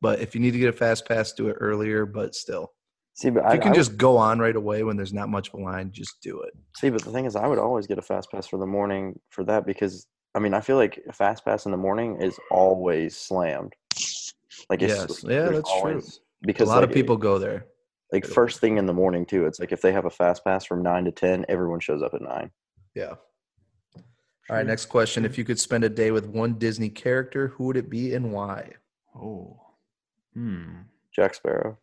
but if you need to get a fast pass, do it earlier. But still, See, but if I, you can I would- just go on right away when there's not much of a line. Just do it. see, but the thing is, I would always get a fast pass for the morning for that because I mean, I feel like a fast pass in the morning is always slammed. Like it's Yes. Yeah, there's that's true. A Because lot like, of people go there. like first thing in the morning too. It's like if they have a fast pass from nine to ten, everyone shows up at nine. Yeah. All right. Next question: If you could spend a day with one Disney character, who would it be and why? oh. Hmm. Jack Sparrow.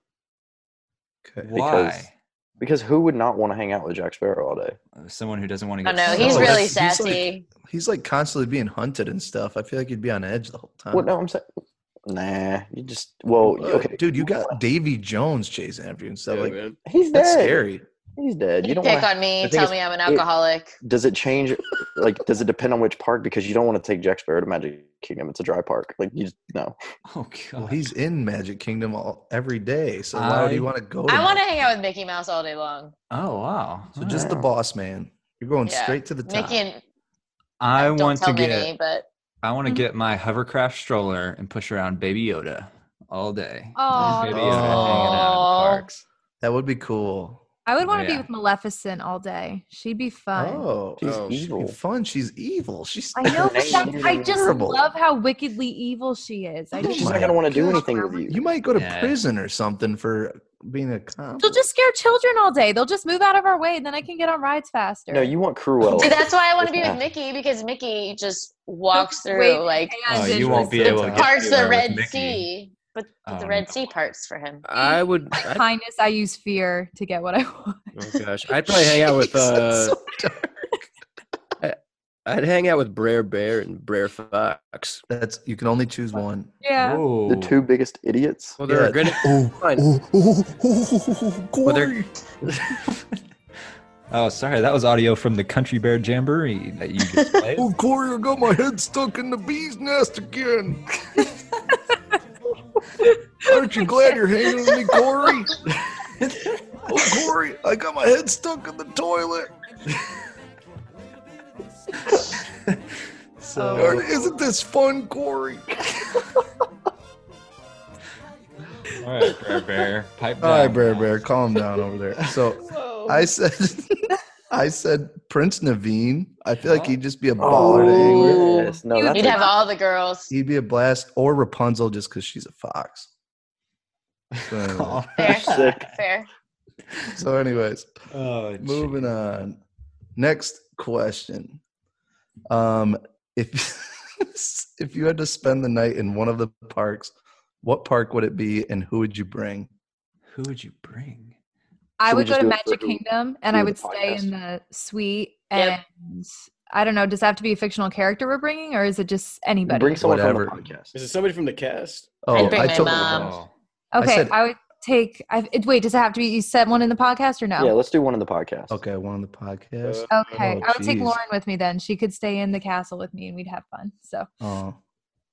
Okay. Why? Because who would not want to hang out with Jack Sparrow all day? Someone who doesn't want to Oh get. no, No, he's soaked. that's- really he's like- sassy. He's like constantly being hunted and stuff. I feel like you'd be on edge the whole time. Well, no, I'm saying, nah. You just well, Look, okay, dude, you got Davy Jones chasing after you and stuff. like he's dead. that's scary. He's dead. You You don't pick want. on the me, thing tell is, me I'm an it- alcoholic. Does it change? Like, does it depend on which park? Because you don't want to take Jack Sparrow to Magic Kingdom. It's a dry park. Like, you just no. Oh god. Well, he's in Magic Kingdom all every day. So why would I- you want to go? To I want to Magic- hang out with Mickey Mouse all day long. oh wow. So just the Wow. boss man. You're going Yeah. straight to the top. Mickey and I don't want tell Mm-hmm. to get. Minnie, but I want to get my hovercraft stroller and push around Baby Yoda all day. Oh, Baby Yoda that's hanging out at cool. the parks. that would be cool. I would want to be Yeah. with Maleficent all day. She'd be fun. Oh, She's oh, she'd be evil. fun. She's evil. She's I know, but Her that's, name I just terrible. Oh love how wickedly evil she is. I just She's my not gonna want to do God. anything with you. you might go to Yeah. prison or something for being a cop. She'll just scare children all day. They'll just move out of our way, and then I can get on rides faster. No, you want Cruella. See, that's why I want to Just be not. with Mickey because Mickey just She'll walks just wave through her like hands Oh, and you won't be It's able to like get parts of anywhere the with Red Mickey. Sea, but but the Oh, Red no. Sea parts for him. I would. Like I'd, kindness, I use fear to get what I want. oh gosh, I'd probably hang out with. Jeez, Uh, that's so dark. I'd hang out with Brer Bear and Brer Fox. That's you can only choose one. Yeah. Whoa. the two biggest idiots. Well, they're Yeah. Oh. a good. Fine. they're- Oh, sorry. That was audio from the Country Bear Jamboree that you just played. Oh, Corey, I got my head stuck in the bee's nest again. Aren't you glad you're hanging with me, Corey? oh, Corey, I got my head stuck in the toilet. so, Aren't- Isn't this fun, Corey? all right, Bear Bear, pipe down. All right, Bear Bear, calm down over there. So I said, I said Prince Naveen. I feel like he'd just be a baller to hang with. Oh, yes. No, You'd, that's you'd a- have all the girls. He'd be a blast, or Rapunzel just because she's a fox. So, anyway- All Fair, right. sick. fair. so anyways, Oh, moving on. Next question. Um, if if you had to spend the night in one of the parks, what park would it be, and who would you bring? Who would you bring? I Should we would go just to do it for Magic who- Kingdom and who I the would stay in the suite Yep. and I don't know. Does it have to be a fictional character we're bringing, or is it just anybody? Bring someone Whatever. from the podcast. Is it somebody from the cast? Oh, bring I my took mom. I okay, I, said- would take. I, it- wait, does it have to be you said one in the podcast or Yeah, no? let's do one of the podcasts. Oh, Okay, one on the podcast. Uh, okay, Oh, I would take jeez. Lauren with me then. She could stay in the castle with me, and we'd have fun. So oh,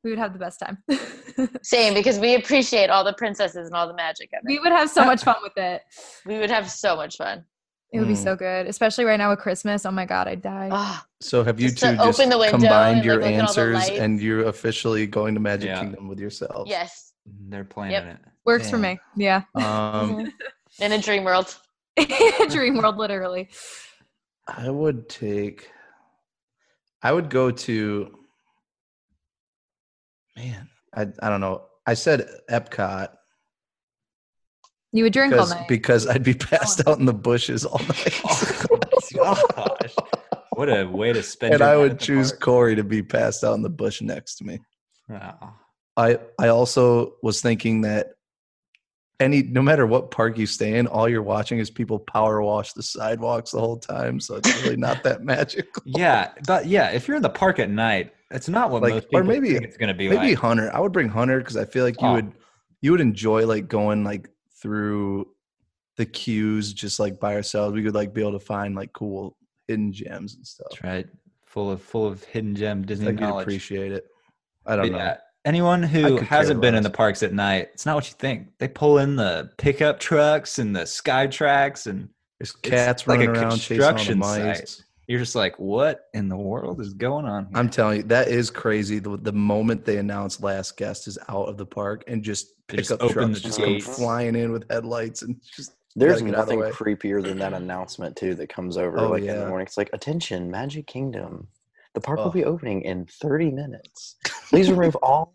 we would have the best time. Same, because we appreciate all the princesses and all the magic of we it. would have so much fun with it. We would have so much fun. It would be Mm. so good, especially right now with Christmas. Oh my god, I'd die. Ah, so have you Just two to open just the window combined and, your like, look at all the answers lights. and you're officially going to Magic Yeah. Kingdom with yourself? yes, They're planning Yep. it. Works for man. me. Yeah, Um, Mm-hmm. in a dream world. dream world, literally. I would take. I would go to. Man, I I don't know. I said Epcot You would drink all because night. because I'd be passed out in the bushes all night, Gosh, what a way to spend. and your I night would at the choose park. Corey to be passed out in the bush next to me. Wow. I I also was thinking that any no matter what park you stay in, all you're watching is people power wash the sidewalks the whole time, so it's really not that magical. Yeah, but yeah, if you're in the park at night, it's not what Like, most or people maybe- think it's going to be Maybe like. Hunter. I would bring Hunter because I feel like you Oh. would you would enjoy like going like through the queues just like by ourselves. We could like be able to find like cool hidden gems and stuff. That's right. Full of full of hidden gem Disney Like you'd knowledge. appreciate it. I don't But know. yeah, Anyone who could care hasn't been in less. the parks at night, it's not what you think. They pull in the pickup trucks and the sky tracks, and There's it's cats like a running around chasing all the construction mice. site. you're just like, what in the world is going on? Here? I'm telling you, that is crazy. The, the moment they announce last guest is out of the park and just They just pickup open trucks the just come gates. flying in with headlights and just There's Gotta get out of the nothing way. creepier than that announcement too that comes over Oh, like in yeah. the morning. It's like, attention, Magic Kingdom. The park Oh. will be opening in 30 minutes. Please remove all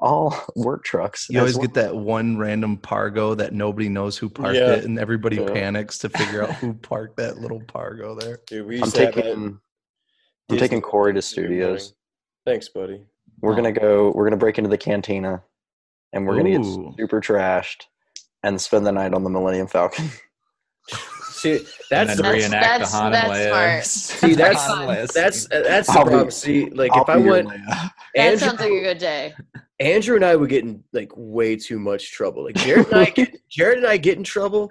all work trucks. you as always get well." that one random pargo that nobody knows who parked Yeah. it and everybody Yeah. panics to figure out who parked that little pargo there. Dude, we I'm used to have that at taking I'm Disney taking Corey to every morning. studios. Thanks, buddy. We're gonna go we're gonna break into the cantina and we're gonna Ooh. get super trashed and spend the night on the Millennium Falcon. See, And that's then the, That's- reenact that's- the Han that's Leia. smart. see pretty that's fun. Leia scene. that's uh, that's the I'll be- problem. see, like if I'll I be your went Leia. That Andrew, sounds like a good day. Andrew and I would get in like way too much trouble. Like Jared and I get Jared and I get in trouble,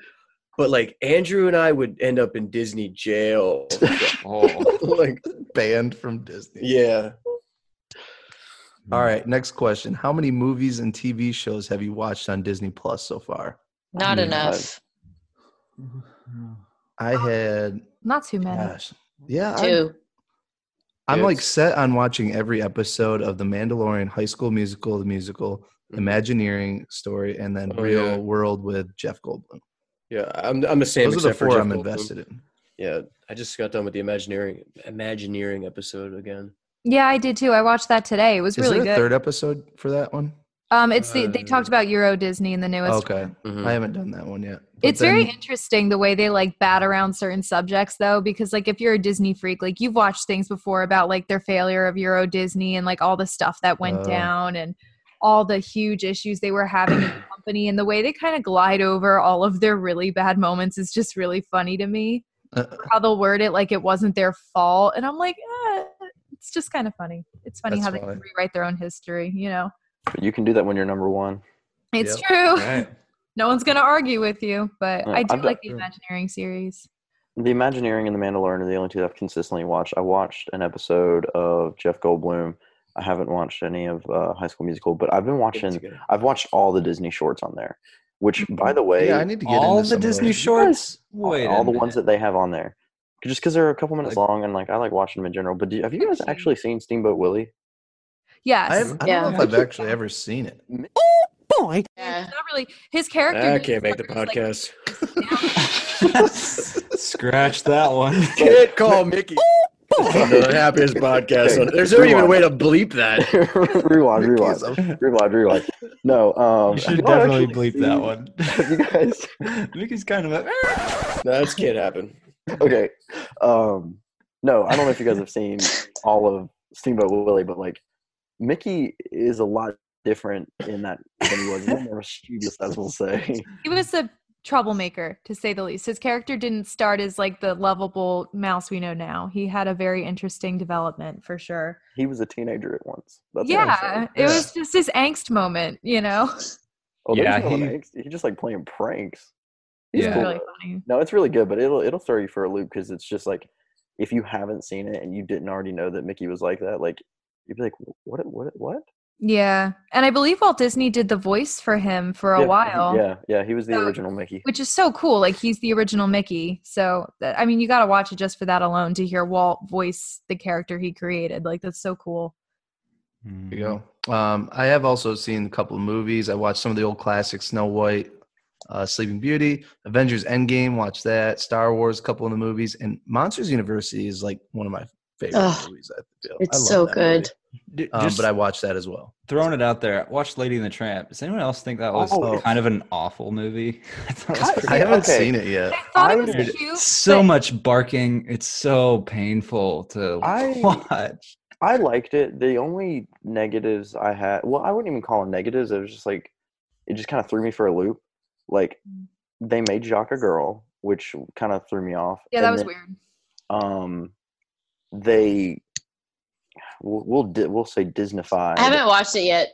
but like Andrew and I would end up in Disney jail. Oh, like Banned from Disney. Yeah. All right, next question. How many movies and TV shows have you watched on Disney Plus so far? Not Mm. enough. I had Not too Um, many. gosh. Yeah, I- Two. I'm like It's- set on watching every episode of The Mandalorian, High School Musical, The Musical, Mm-hmm. Imagineering Story, and then Oh, Real yeah. World with Jeff Goldblum. yeah, I'm I'm the same. Those are the except for four Jeff I'm Goldblum. invested in. Yeah, I just got done with the Imagineering Imagineering episode again. Yeah, I did too. I watched that today. It was Is really there a good. third episode for that one? um, it's the, they talked about Euro Disney in the newest. Okay, one. Hmm. Mm-hmm. I haven't done that one yet. But It's very then- interesting the way they like bat around certain subjects though, because like if you're a Disney freak, like you've watched things before about like their failure of Euro Disney and like all the stuff that went Oh. down and all the huge issues they were having in the company and the way they kind of glide over all of their really bad moments is just really funny to me. uh, How they'll word it like it wasn't their fault, and I'm like, eh, it's just kind of funny. It's funny That's how they funny. can rewrite their own history, you know. But you can do that when you're number one. It's Yep. true. right. No one's gonna argue with you, but No, I do I've done- like the Imagineering series. The Imagineering and The Mandalorian are the only two I've consistently watched. I watched an episode of Jeff Goldblum. I haven't watched any of uh, High School Musical, but I've been watching. I've watched all the Disney shorts on there, which, Mm-hmm. by the way, yeah, I need to get All into the some of Disney those. shorts. all- Wait, all a the ones that they minute. have on there, just because they're a couple minutes Like- long and like I like watching them in general. But do, have you guys Okay. actually seen Steamboat Willie? Yes, I, have, I don't know Yeah. if I've actually ever seen it. It's Yeah. not really his character. I just can't make the sort of like- podcast. Scratch that one. Can't call Mickey. the happiest podcast. On, there's no even a way to bleep that. rewind, rewind, rewind, rewind. No, um, You have should all definitely actually bleep that seen- one. Have you guys? Mickey's kind of a. No, that can't happen. okay. Um, no, I don't know if you guys have seen all of Steamboat Willie, but like Mickey is a lot different in that than he was. He's more mischievous, as we'll say. He was the troublemaker to say the least. His character didn't start as like the lovable mouse we know now. He had a very interesting development for sure. He was a teenager at once. That's what I'm yeah, saying. it was just his angst moment, you know. Oh, there's Yeah, no he- angst. He's just like playing pranks. It's Yeah. really funny. No, it's really good, but it'll it'll throw you for a loop because it's just like if you haven't seen it and you didn't already know that Mickey was like that, like you'd be like, what, what, what? Yeah, and I believe Walt Disney did the voice for him for a Yeah, he- while. Yeah, yeah, he was the So- original Mickey. Which is so cool. Like he's the original Mickey. So that, I mean, you got to watch it just for that alone to hear Walt voice the character he created. Like that's so cool. Mm. There you go. Um, I have also seen a couple of movies. I watched some of the old classics: Snow White, uh, Sleeping Beauty, Avengers: Endgame. Watch that. Star Wars, a couple of the movies, and Monsters University is like one of my favorite Ugh, movies. I feel it's I love so that movie. good. Mm. D- Um, just but I watched that as well. throwing it out there. Watch Lady and the Tramp. Does anyone else think that was Oh, it's- kind of an awful movie? I thought it was I- pretty I Yeah, haven't okay. seen it yet. I thought I it was would- cute. so but- much barking. It's so painful to I- watch. I liked it. The only negatives I had, well, I wouldn't even call them negatives. It was just like it just kind of threw me for a loop. Like Mm. they made Jacques a girl, which kind of threw me off. Yeah, that And was then, weird. Um, they we'll we'll, di- we'll say Disneyfy. I haven't watched it yet.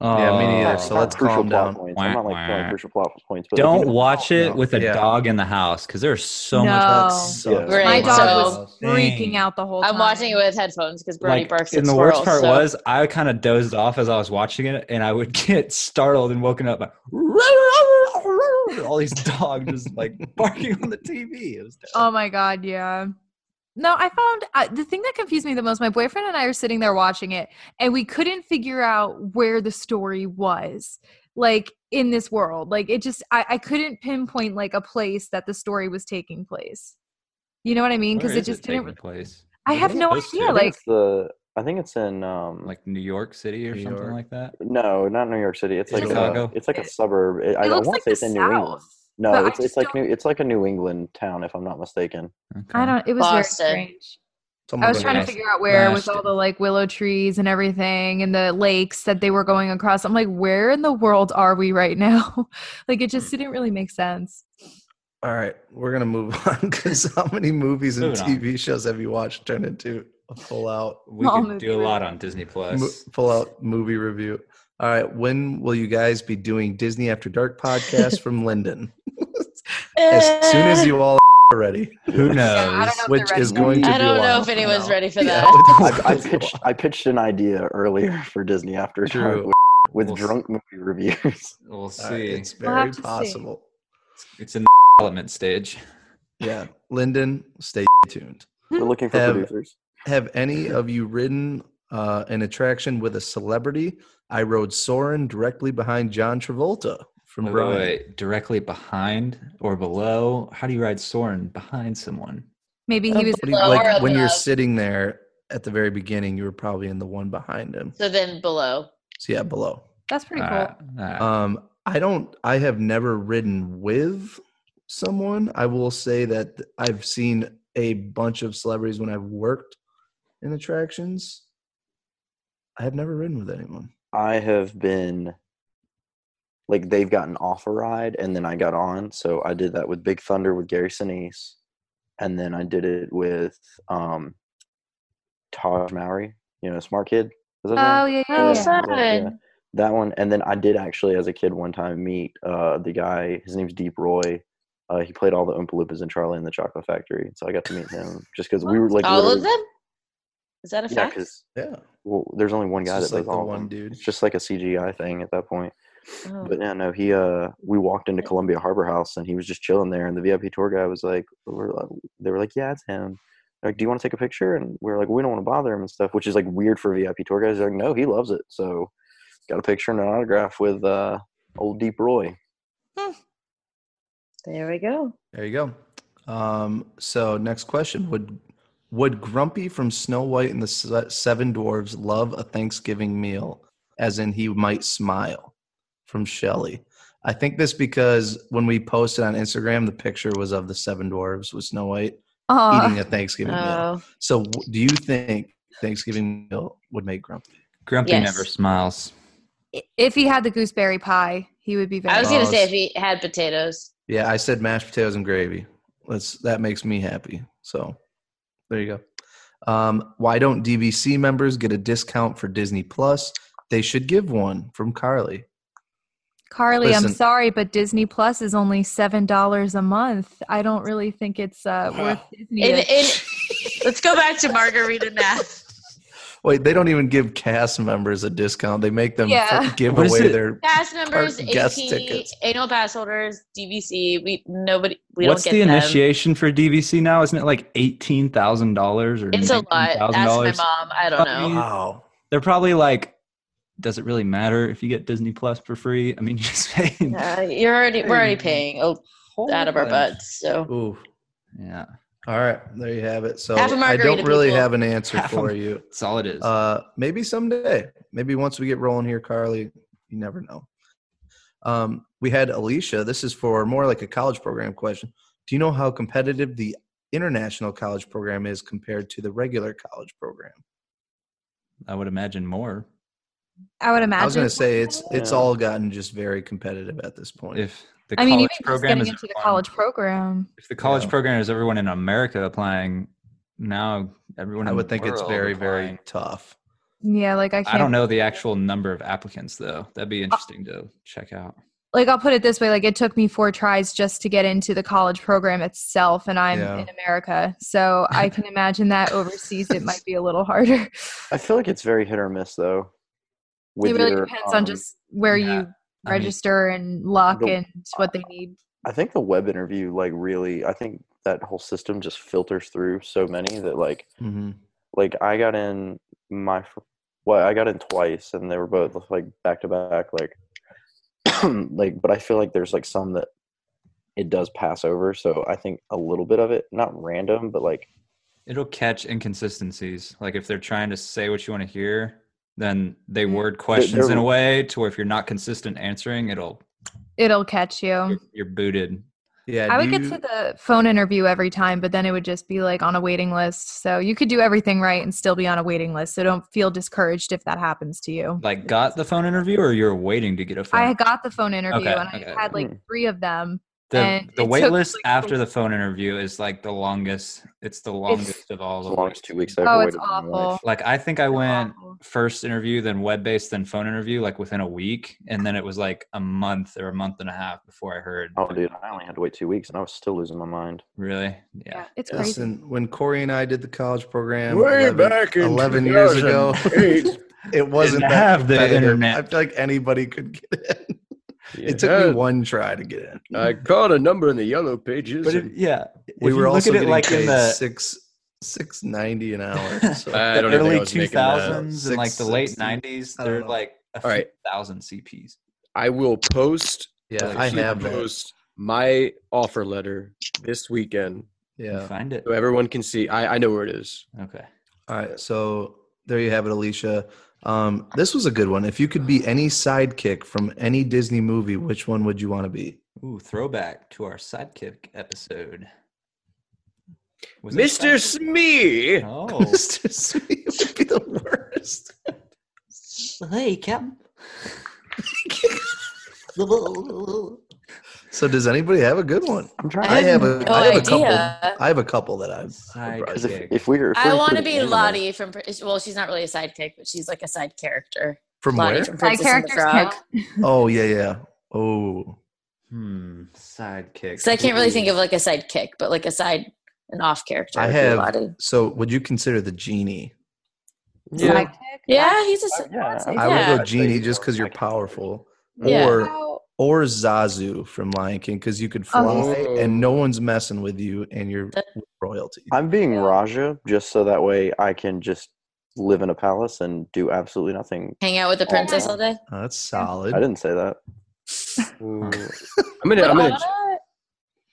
Yeah, me neither, Oh. Uh, so let's calm down. Points. I'm not like throwing crucial plot points, but like, you Don't know- watch it no. with a Yeah. dog in the house because there's so much No. that sucks. Yeah. Right, My so- dog was Dang. freaking out the whole time. I'm watching it with headphones because Brody Like, barks at and the squirrels. worst part so- was I kind of dozed off as I was watching it, and I would get startled and woken up by all these dogs just like barking on the TV. It was Oh my god, yeah. No, I found uh, the thing that confused me the most. My boyfriend and I are sitting there watching it, and we couldn't figure out where the story was, like in this world. Like it just, I, I couldn't pinpoint like a place that the story was taking place. You know what I mean? Because Where it is just didn't. taking place. I Where have is it no supposed to? idea. I think Like, it's the I think it's in um like New York City or New something York. like that. no, not New York City. It's like Chicago? A, it's like a It- suburb. It, I, it I looks want to like say the it's in New England. South. but No, I it's it's just like don't- new it's like a New England town if I'm not mistaken. I don't. It was Boston. very strange. Somewing I was like trying to Last- that. figure out where last with all year. the like willow trees and everything and the lakes that they were going across. I'm like, where in the world are we right now? like it Hmm. just didn't really make sense. All right, we're gonna move on because how many movies and Moving on. TV shows have you watched turned into a full out We All could movie do a lot review. on Disney mo- Plus. full out movie review? All right, when will you guys be doing Disney After Dark podcast from Linden? as soon as you all are ready, Who knows? Yeah, I don't know if which they're is ready. going to be I don't know wild. if anyone's ready for Yeah, that. I, I it's going to be pitched I pitched an idea earlier for Disney After True. Dark with, with We'll s- drunk movie reviews. We'll wild. All right, see. it's We'll have very to see. possible. it's in the development stage. Yeah, Linden, stay tuned. We're looking for Have- producers. Have any of you ridden uh, an attraction with a celebrity? I rode Soren directly behind John Travolta from Wait, wait, Brian. wait. Directly behind or below? How do you ride Soren behind someone? Maybe Um, he was But he- Below or like when you're above? sitting there at the very beginning, you were probably in the one behind him. so then below. So yeah, below. that's Uh, pretty cool. Alright, alright. Um, I don't. I have never ridden with someone. I will say that I've seen a bunch of celebrities when I've worked in attractions. I have never ridden with anyone. I have been like they've gotten off a ride and then I got on. So I did that with Big Thunder with Gary Sinise, and then I did it with um Taj Mowry, you know, Smart Kid. Is that his Oh name? yeah, Oh, yeah, yeah. fun. That one, and then I did actually as a kid one time meet uh, the guy. His name's Deep Roy. Uh, he played all the Oompa Loompas in Charlie and the Chocolate Factory, so I got to meet him just because Oh, we were like All of literally- them? Is that a Yeah, fact? because Yeah, well, there's only one It's guy that just does like the all of one them. dude. It's just like a CGI thing at that point. Oh. But yeah, no, he uh, we walked into Columbia Harbor House and he was just chilling there, and the VIP tour guy was like, we're, like- they were like, yeah, it's him. They're Like, do you want to take a picture? And we were like, we don't want to bother him and stuff, which is like weird for VIP tour guys. They're like, no, he loves it, so got a picture and an autograph with uh, old Deep Roy. There we go. There you go. Um, so next question would would Grumpy from Snow White and the Se- Seven Dwarves love a Thanksgiving meal, as in he might smile? From Shelly. I think this because when we posted on Instagram, the picture was of the Seven Dwarves with Snow White eating Aw. a Thanksgiving meal. Oh, So w- do you think Thanksgiving meal would make Grumpy? Grumpy Yes. never smiles. If he had the gooseberry pie, he would be very. I was gonna Oh, say s- if he had potatoes. Yeah, I said mashed potatoes and gravy. That's that makes me happy. So there you go. Um, why don't DVC members get a discount for Disney Plus? They should give one from Carly. Carly, I'm Listen. sorry, but Disney Plus is only seven dollars a month. I don't really think it's uh, Wow. worth Disney. In, it. in, let's go back to Margarita now. Wait, they don't even give cast members a discount. They make them Yeah. f- give What is away it? their. Pass members, Our guest AP, tickets. annual pass holders, DVC. We nobody. We What's don't the get them. initiation for DVC now? Isn't it like eighteen thousand dollars or It's a lot. Ask my $19,000? mom. I don't know. Wow. They're probably like, does it really matter if you get Disney Plus for free? I mean, you're just paying Uh, you're already we're Hmm. already paying a, whole out of our bunch. butts. So Ooh. Yeah, All right, there you have it. So Half a I margarita, don't really people. have an answer Half a- for you. that's all it is. Uh, maybe someday. Maybe once we get rolling here, Carly. You never know. Um, we had Alicia. This is for more like a college program question. Do you know how competitive the international college program is compared to the regular college program? I would imagine more I would imagine. I was going to say it's it's Yeah. all gotten just very competitive at this point. if the I college mean, even just program getting is into the everyone- college program. If the college Yeah. program is everyone in America applying now, everyone I in would the think it's world very applying. very tough. Yeah, like I can't. I don't know the actual number of applicants though. That'd be interesting to check out. Like I'll put it this way: like it took me four tries just to get into the college program itself, and I'm Yeah. in America, so I can imagine that overseas it might be a little harder. I feel like it's very hit or miss though. It really your, depends on um, just where yeah, you I mean, register and luck the- and what they need. I think the web interview like really. I think that whole system just filters through so many that like Mm-hmm. like I got in my fir- well, I got in twice, and they were both like back to back, like like. But I feel like there's like some that it does pass over. So I think a little bit of it, not random, but like It'll catch inconsistencies. Like if they're trying to say what you want to hear, then they Mm. word questions in they're- a way to where if you're not consistent answering, it'll It'll catch you. you're, you're booted. Yeah, I would do get you- to the phone interview every time, but then it would just be like on a waiting list. So you could do everything right and still be on a waiting list. So don't feel discouraged if that happens to you. Like got the phone interview or you're waiting to get a phone. I got the phone interview Okay, and I okay. had like three of them. the and the it wait took, list like, after the phone interview is like the longest. It's the longest of all. as the long as two weeks. I've Oh, it's waited in my life. awful. Like I think I went Awful. first interview, then web based, then phone interview, like within a week, and then it was like a month or a month and a half before I heard. Oh, dude, I only had to wait two weeks, and I was still losing my mind. Really? Yeah, Yeah. it's crazy. Listen, when Corey and I did the college program Way 11 back in 11 years ago. 2008, it wasn't Didn't that have the competitive. internet. I feel like anybody could get in. you It took had- me one try to get in. I caught a number in the yellow pages. But if, and- yeah, we if were you also look at getting it like paid in the, six six ninety an hour. So I the don't even think I early was two making that. thousands and like the Six- late six- nineties, I don't they're know. like a All right. few thousand CPs. I will post. yeah, like, I super have that. post my offer letter this weekend You Yeah. find it. so everyone can see. I, I know where it is. Okay. All right. So there you have it, Alicia. Um, this was a good one. If you could be any sidekick from any Disney movie, which one would you want to be? Ooh, throwback to our sidekick episode. Was it a Mr. sidekick? Smee. Oh. Mr. Sweet would be the worst. Hey, Captain. So does anybody have a good one? I'm trying. I have a no I have a couple. idea. I have a couple that I've Because if, Sidekick. if we were, if we I were want to including be animals- Lottie from. Pr- Well, she's not really a sidekick, but she's like a side character. From Lottie where? from My Princess and the characters Frog. count. Oh yeah, yeah. Oh, Hmm. Sidekick. So I can't really Ooh. think of like a sidekick, but like a side, an off character. I would be have- Lottie. so would you consider the genie? Yeah. Sidekick? Yeah, he's a. s- Yeah, I would Yeah. go genie just because you're powerful, or How- or Zazu from Lion King because you could fly Oh, he's- and no one's messing with you and you're royalty. I'm being Yeah. Raja just so that way I can just live in a palace and do absolutely nothing. Hang out with the princess all day. Oh, that's I solid. didn't say that. I'm gonna. Would I'm Anna, gonna.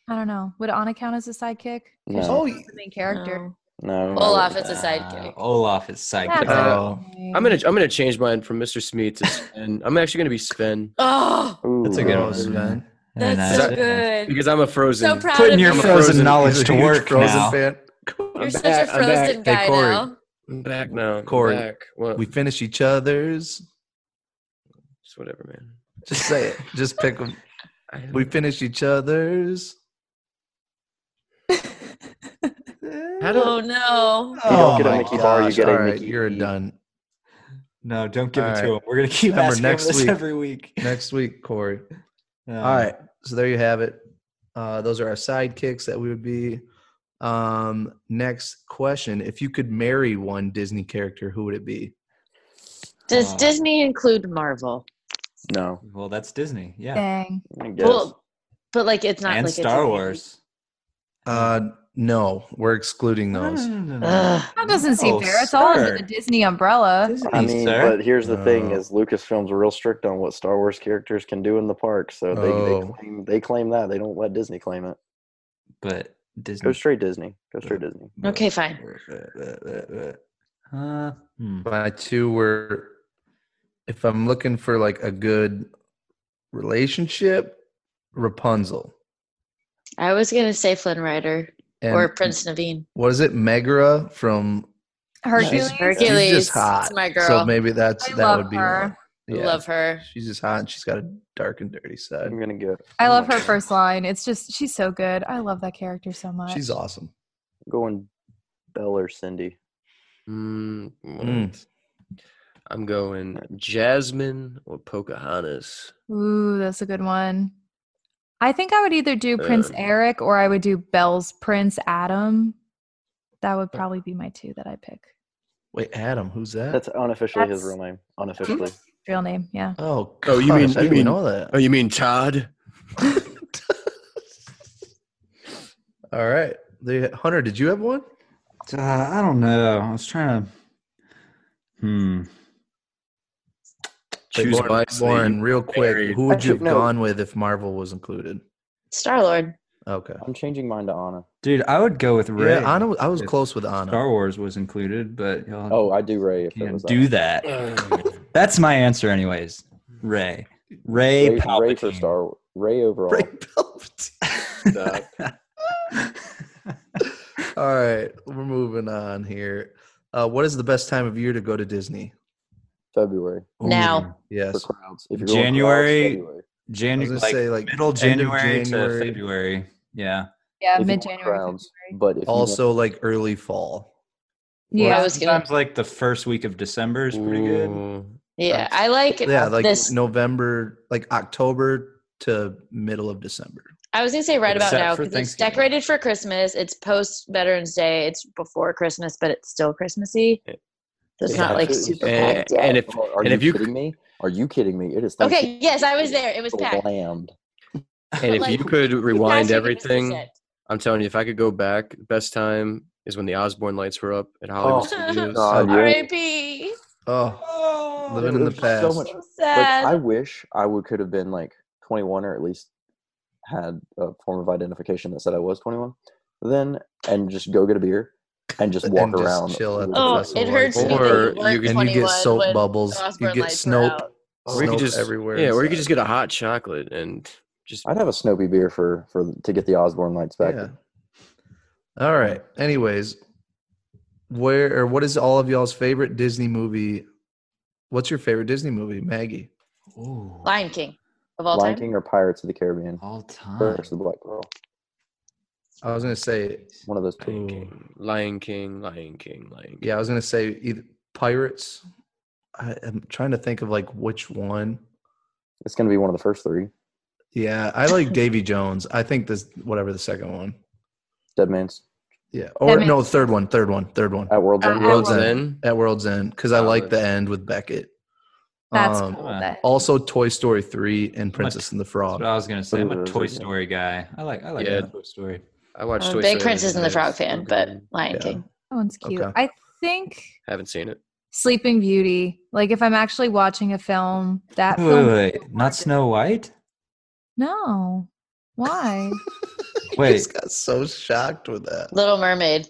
I don't know. Would Anna count as a sidekick? 'Cause she's No. Oh, the main character. No. No, I Olaf wouldn't. is a sidekick. Ah, Olaf is sidekick. That's- Uh, Oh. I'm gonna. I'm gonna change mine from Mr. Smee to Sven. I'm actually gonna be Sven Oh, Ooh, That's a good Oh, one. Sven. Very that's so nice. good. because I'm a Frozen. So proud Putting of your you. I'm a frozen, Frozen- knowledge He's a to huge work Frozen now. fan. You're I'm such back, a I'm back. frozen Hey, guy Corey. now. I'm back now. I'm Corey, back. What? We finish each other's. Just whatever, man. Just say it. Just pick them. We finish each other's. How do- oh no! You don't get a Mickey bar, you get a all Mickey You're E. done. No, don't give All it right. to him. We're gonna keep Remember, asking next him this week. every week. Next week, Corey. Um, All right. So there you have it. Uh, those are our sidekicks that we would be. Um, next question. If you could marry one Disney character, who would it be? Does Oh. Uh, Disney include Marvel? No. Well, that's Disney. Yeah, Dang. I guess. Well, but like it's not and like Star it's Wars. Uh, no, we're excluding No, those. no, no, no, no. Ugh. That doesn't No, seem fair. It's all sir. under the Disney umbrella. Disney, I mean, sir. but here's the thing: No. is Lucasfilm's real strict on what Star Wars characters can do in the park, so they Oh. they, claim, they claim that they don't let Disney claim it. But Go Hmm. Disney. straight Disney. Go straight Disney. Ah. Okay, fine. Uh, hmm. My two were, if I'm looking for like a good relationship, Rapunzel. I was gonna say Flynn Rider And or Prince Naveen. was it Megara from Hercules. She's- Hercules. She's just hot. It's my So girl. maybe that's I that love would be her. one. Yeah. Love her. She's just hot. And she's got a dark and dirty side. I'm gonna go. I I'm love gonna her first line. It's just she's so good. I love that character so much. She's awesome. go- going Belle or Cindy. Mm, Mm. I'm going Jasmine or Pocahontas. Ooh, that's a good one. I think I would either do Prince Uh, Eric or I would do Belle's Prince Adam. That would probably be my two that I pick. Wait, Adam, who's that? That's unofficially his That's- real name. Unofficially, Real name, yeah. oh, Oh, you gosh, mean- I didn't you mean- know that. Oh, you mean Todd? All right. The, Hunter, did you have one? Uh, I don't know. I was trying to. Hmm. Say, Choose Lauren, wisely. Lauren, real quick, Married. who would you Actually, have no. gone with if Marvel was included? Star Lord. Okay. I'm changing mine to Anna. Dude, I would go with Ray. Yeah, Anna, was- I was If close with Anna. Star Wars was included, but y'all Oh, I do Ray. If it can't was do that. That's my answer, anyways. Ray. Ray, Ray, Palpatine. Ray for Star Ray overall. Ray Palpatine. All right, we're moving on here. Uh, what is the best time of year to go to Disney? February Now. for Yes. crowds. If you're going crowds, January- February. I was January, gonna like, say, like, middle end of January, January. to February. Yeah. Yeah, If you want mid January. crowds, But if you want- Also, like early fall. Yeah. I was gonna. Sometimes like the first week of December is pretty good. Ooh. Yeah, I like. uh, Yeah, like this. November, like October to middle of December. I was gonna say right about Except now for 'cause it's Thanksgiving. decorated for Christmas. It's post Veterans Day. It's before Christmas, but it's still Christmassy. So it's not like Exactly. super And- packed yet. and if Oh, are and you, if you- kidding me? Are you kidding me? It is okay, Thanksgiving. yes, I was there. It was packed. Slammed. and if Like, you could You rewind guys are gonna miss everything, it. I'm telling you, if I could go back, best time is when the Osborne lights were up at Hollywood Oh, Studios. God, yeah. R.I.P. Oh, living in It the was so past. much- So Like, sad. I wish I would could have been like 21 or at least had a form of identification that said I was 21. Then and just go get a beer and just And walk just around. chill at the oh, Festival it hurts me that Or you you weren't could- and you 21 get soap when bubbles. the You Osborne get lights were Snope. out. Or you could Snope just everywhere. yeah, or you could inside. just get a hot chocolate and just I'd have a Snoopy beer for for to get the Osborne lights back. Yeah. All right. Anyways, where or what is all of y'all's favorite Disney movie? What's your favorite Disney movie, Maggie? Ooh, Lion King of all Lion time. King or Pirates of the Caribbean? all time. Pirates of the Black Pearl. I was gonna say, One of those two. Lion Ooh. King, Lion King, Lion King, Lion King. yeah, I was gonna say either Pirates. I, I'm trying to think of like which one. It's going to be one of the first three. Yeah, I like Davy Jones. I think this whatever the second one. Dead Man's Yeah, or That no, third one, third one, third one at World's Uh, End. at World's World's End. at World's End because I like the end with Beckett. That's Um, cool. uh, That- Also, Toy Story three and Princess and the That's Frog. what I was gonna say. I'm a Those are Toy good. Story guy. I like I like Yeah. Toy Story. I watched. I'm Toy a big Story Princess and the other day. Frog It's so fan, but good. Lion Yeah. King. that one's cute. Okay. I think haven't seen it. Sleeping Beauty. Like if I'm actually watching a film, that Wait, film. wait, wait, not Snow White. No. Why? I Wait, just got so shocked with that. Little Mermaid.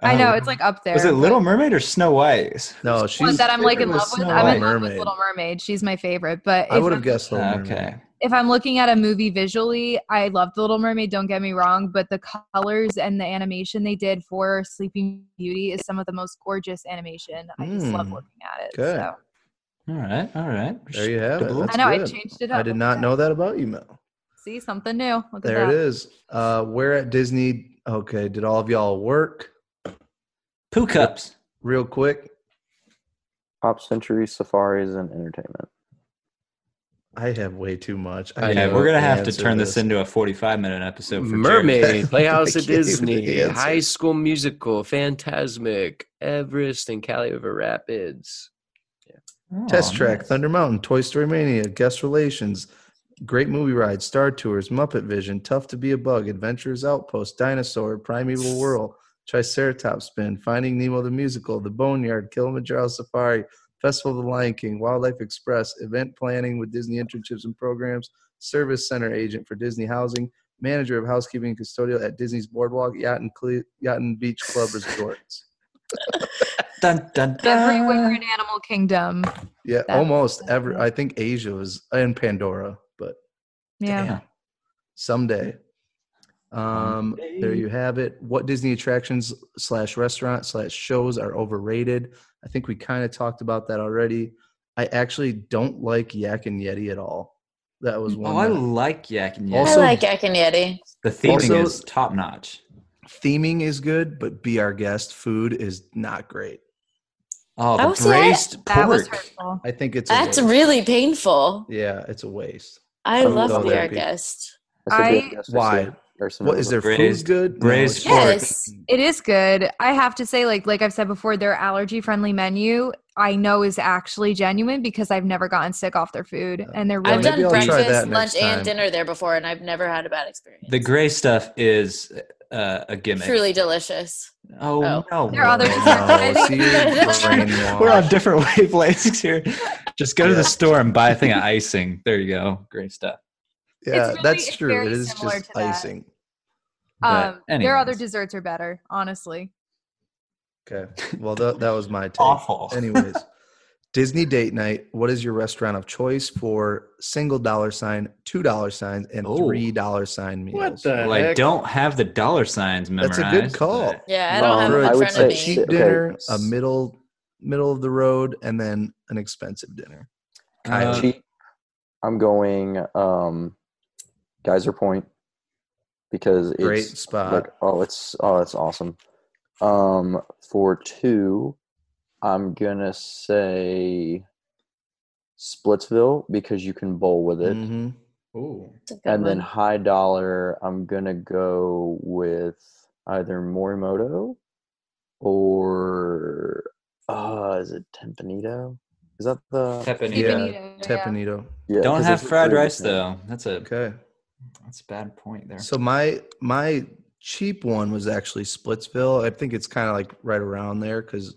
I know uh, it's like up there. Was it but- Little Mermaid or Snow White? No, One she's. that I'm like in favorite love was with. Snow I'm White. in love with Mermaid. Little Mermaid. She's my favorite. But I if would I'm- have guessed Little Mermaid. Ah, Okay. if I'm looking at a movie visually, I loved Little Mermaid, don't get me wrong, but the colors and the animation they did for Sleeping Beauty is some of the most gorgeous animation. I just love Mm. looking at it. Good. So. All right. All right. There you have it. Respectable. That's I know, I good. changed it I up. did not know that about you, Mel. See something new. Look There at it that. is. Uh, where at Disney? Okay, did all of y'all work Poo cups. real quick? Pop Century Safaris and Entertainment. I have way too much. I yeah, don't we're know gonna the have to answer turn this. this. into a forty-five minute episode for Jared. Mermaid, Playhouse I at can't even Disney, answer. High School Musical, Phantasmic, Everest, and Cali River Rapids. Oh, Test Track, nice. Thunder Mountain, Toy Story Mania, Guest Relations, Great Movie Ride, Star Tours, Muppet Vision, Tough to Be a Bug, Adventurers Outpost, Dinosaur, Primeval Whirl, Triceratops Spin, Finding Nemo the Musical, The Boneyard, Kilimanjaro Safari, Festival of the Lion King, Wildlife Express, Event Planning with Disney Internships and Programs, Service Center Agent for Disney Housing, Manager of Housekeeping and Custodial at Disney's Boardwalk, Yacht and, Cle- Yacht and Beach Club Resorts. Dun, dun, Everywhere dun. Ah. in Animal Kingdom. Yeah, That- almost that's every. it. I think Asia was and Pandora, but Yeah. Damn. someday. Um, there you have it. What Disney attractions slash restaurant slash shows are overrated? I think we kind of talked about that already. I actually don't like Yak and Yeti at all. That was one. Oh, I that- like Yak and Yak. Also- I like Ekin Yeti. the theming also- is top notch. theming is good, but be our guest. Food is not great. Oh, the Oh, see, I- braised pork. That was hurtful. I think it's a That's waste. really painful. Yeah, it's a waste. I Don't love go Be there, Our Pete. Guest. That's what I- we have yesterday, Why? so Carson What over. is their Braised- food good? No, braised it's pork. Yes. It is good. I have to say, like like I've said before, their allergy friendly menu I know is actually genuine because I've never gotten sick off their food, and they're Yeah, really I've done maybe I'll try breakfast, that next lunch, time. and dinner there before, and I've never had a bad experience. The gray stuff is uh, a gimmick. Truly delicious. Oh, Oh. no. There are other No, desserts. see, you're We're on brainwashed. different wavelengths here. Just go to Yeah. the store and buy a thing of icing. There you go. Great stuff. Yeah, really- that's it's true. very It is similar just to that. icing. But um, their other anyways. desserts are better, honestly. Okay. Well, that, that was my take. Awful. Anyways, Disney date night. What is your restaurant of choice for single dollar sign, two dollar signs, and Oh. three dollar sign meals? What the Well, I heck? don't have the dollar signs That's memorized. a good call. but- Yeah, I don't Um, have them I in would front of A me. say- cheap Okay. dinner, a middle middle of the road, and then an expensive dinner. Kylie. Uh, Cheap. I'm going um, Geyser Point because it's Great spot. like oh it's oh it's awesome. Um, for two, I'm gonna say Splitsville because you can bowl with it, Mhm. Ooh. It's a good and then one. high dollar. I'm gonna go with either Morimoto or uh, is it Tempanito? Is that the pepperoni. Yeah. Tepanito, yeah. Tepanito. yeah? Don't 'cause have those are fried three the rice same. though. That's a Okay. that's a bad point there. So my my cheap one was actually Splitsville. I think it's kind of like right around there because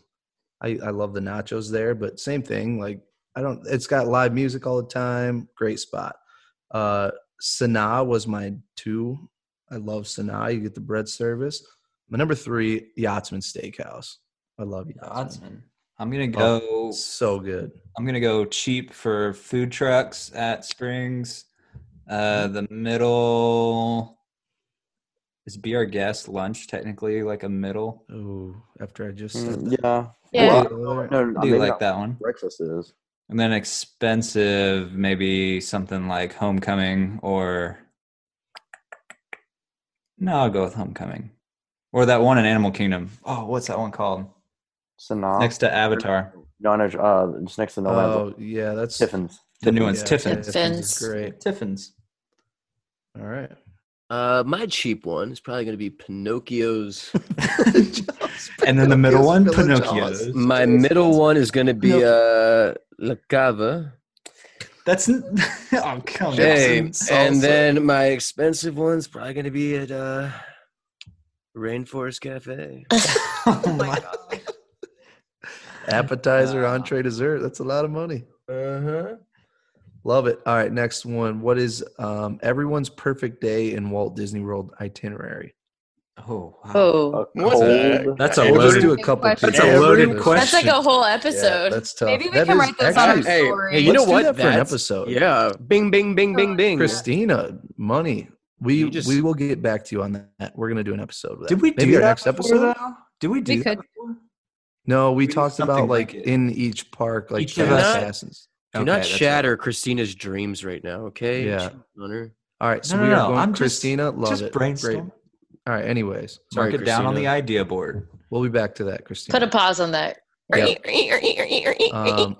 I I love the nachos there, but same thing. Like I don't. It's got live music all the time. Great spot. Uh, Sanaa was my two. I love Sanaa. You get the bread service. My number three, Yachtsman Steakhouse. I love Yachtsman. Oddsman. I'm gonna Oh. go. So good. I'm gonna go cheap for food trucks at Springs. Uh, Mm-hmm. the middle is be our guest lunch technically like a middle. Oh, after I just said Mm, that. yeah. Yeah. Well, Go there. no, I no, do maybe like uh, not that one. breakfast is. And then expensive, maybe something like homecoming or no, I'll go with homecoming or that one in Animal Kingdom. Oh, what's that one called? Sanaa. Next to Avatar, No, no, uh, just next to No Man's Land. Oh yeah, that's Tiffins. the new one's yeah, Tiffin's. Tiffin's is Tiffin's. great. Tiffin's. All right. Uh, my cheap one is probably going to be Pinocchio's. And then the middle one, Pinocchio's Pinocchio's. Village House. my middle one is going to be uh, La Cava. That's n- oh come Hey, on. and then my expensive one's probably going to be at uh, Rainforest Cafe. Oh my- Appetizer, Wow. entree, dessert. That's a lot of money. Uh huh. Love it. All right, next one. What is um, everyone's perfect day in Walt Disney World itinerary? Oh wow. Oh, What the- That's a We'll loaded. just do a couple. That's a pieces. loaded Yeah, question. that's like a whole episode. that's tough. Maybe we That can is write those on our actually, Hey, story. hey, you Let's know do what? that for an That's- episode. Yeah, Bing, Bing, Bing, Bing, Bing. Christina, money. We You just- we will get back to you on that. We're gonna do an episode. With that. Did we Maybe do our that next before, episode? though? Did we do We that could. before? No, we, We did talked something about like like it. in each park, like Each of fast us- passes. Do not that's shatter Christina's dreams right now, okay? Yeah. Cheat on her. All right, so No, no, we are no, going. I'm just- Christina, love just it. brainstorm. Great. All right. Anyways, Mark Sorry, it down on the Christina. idea board. we'll be back to that, Christina. Put a pause on that. Um,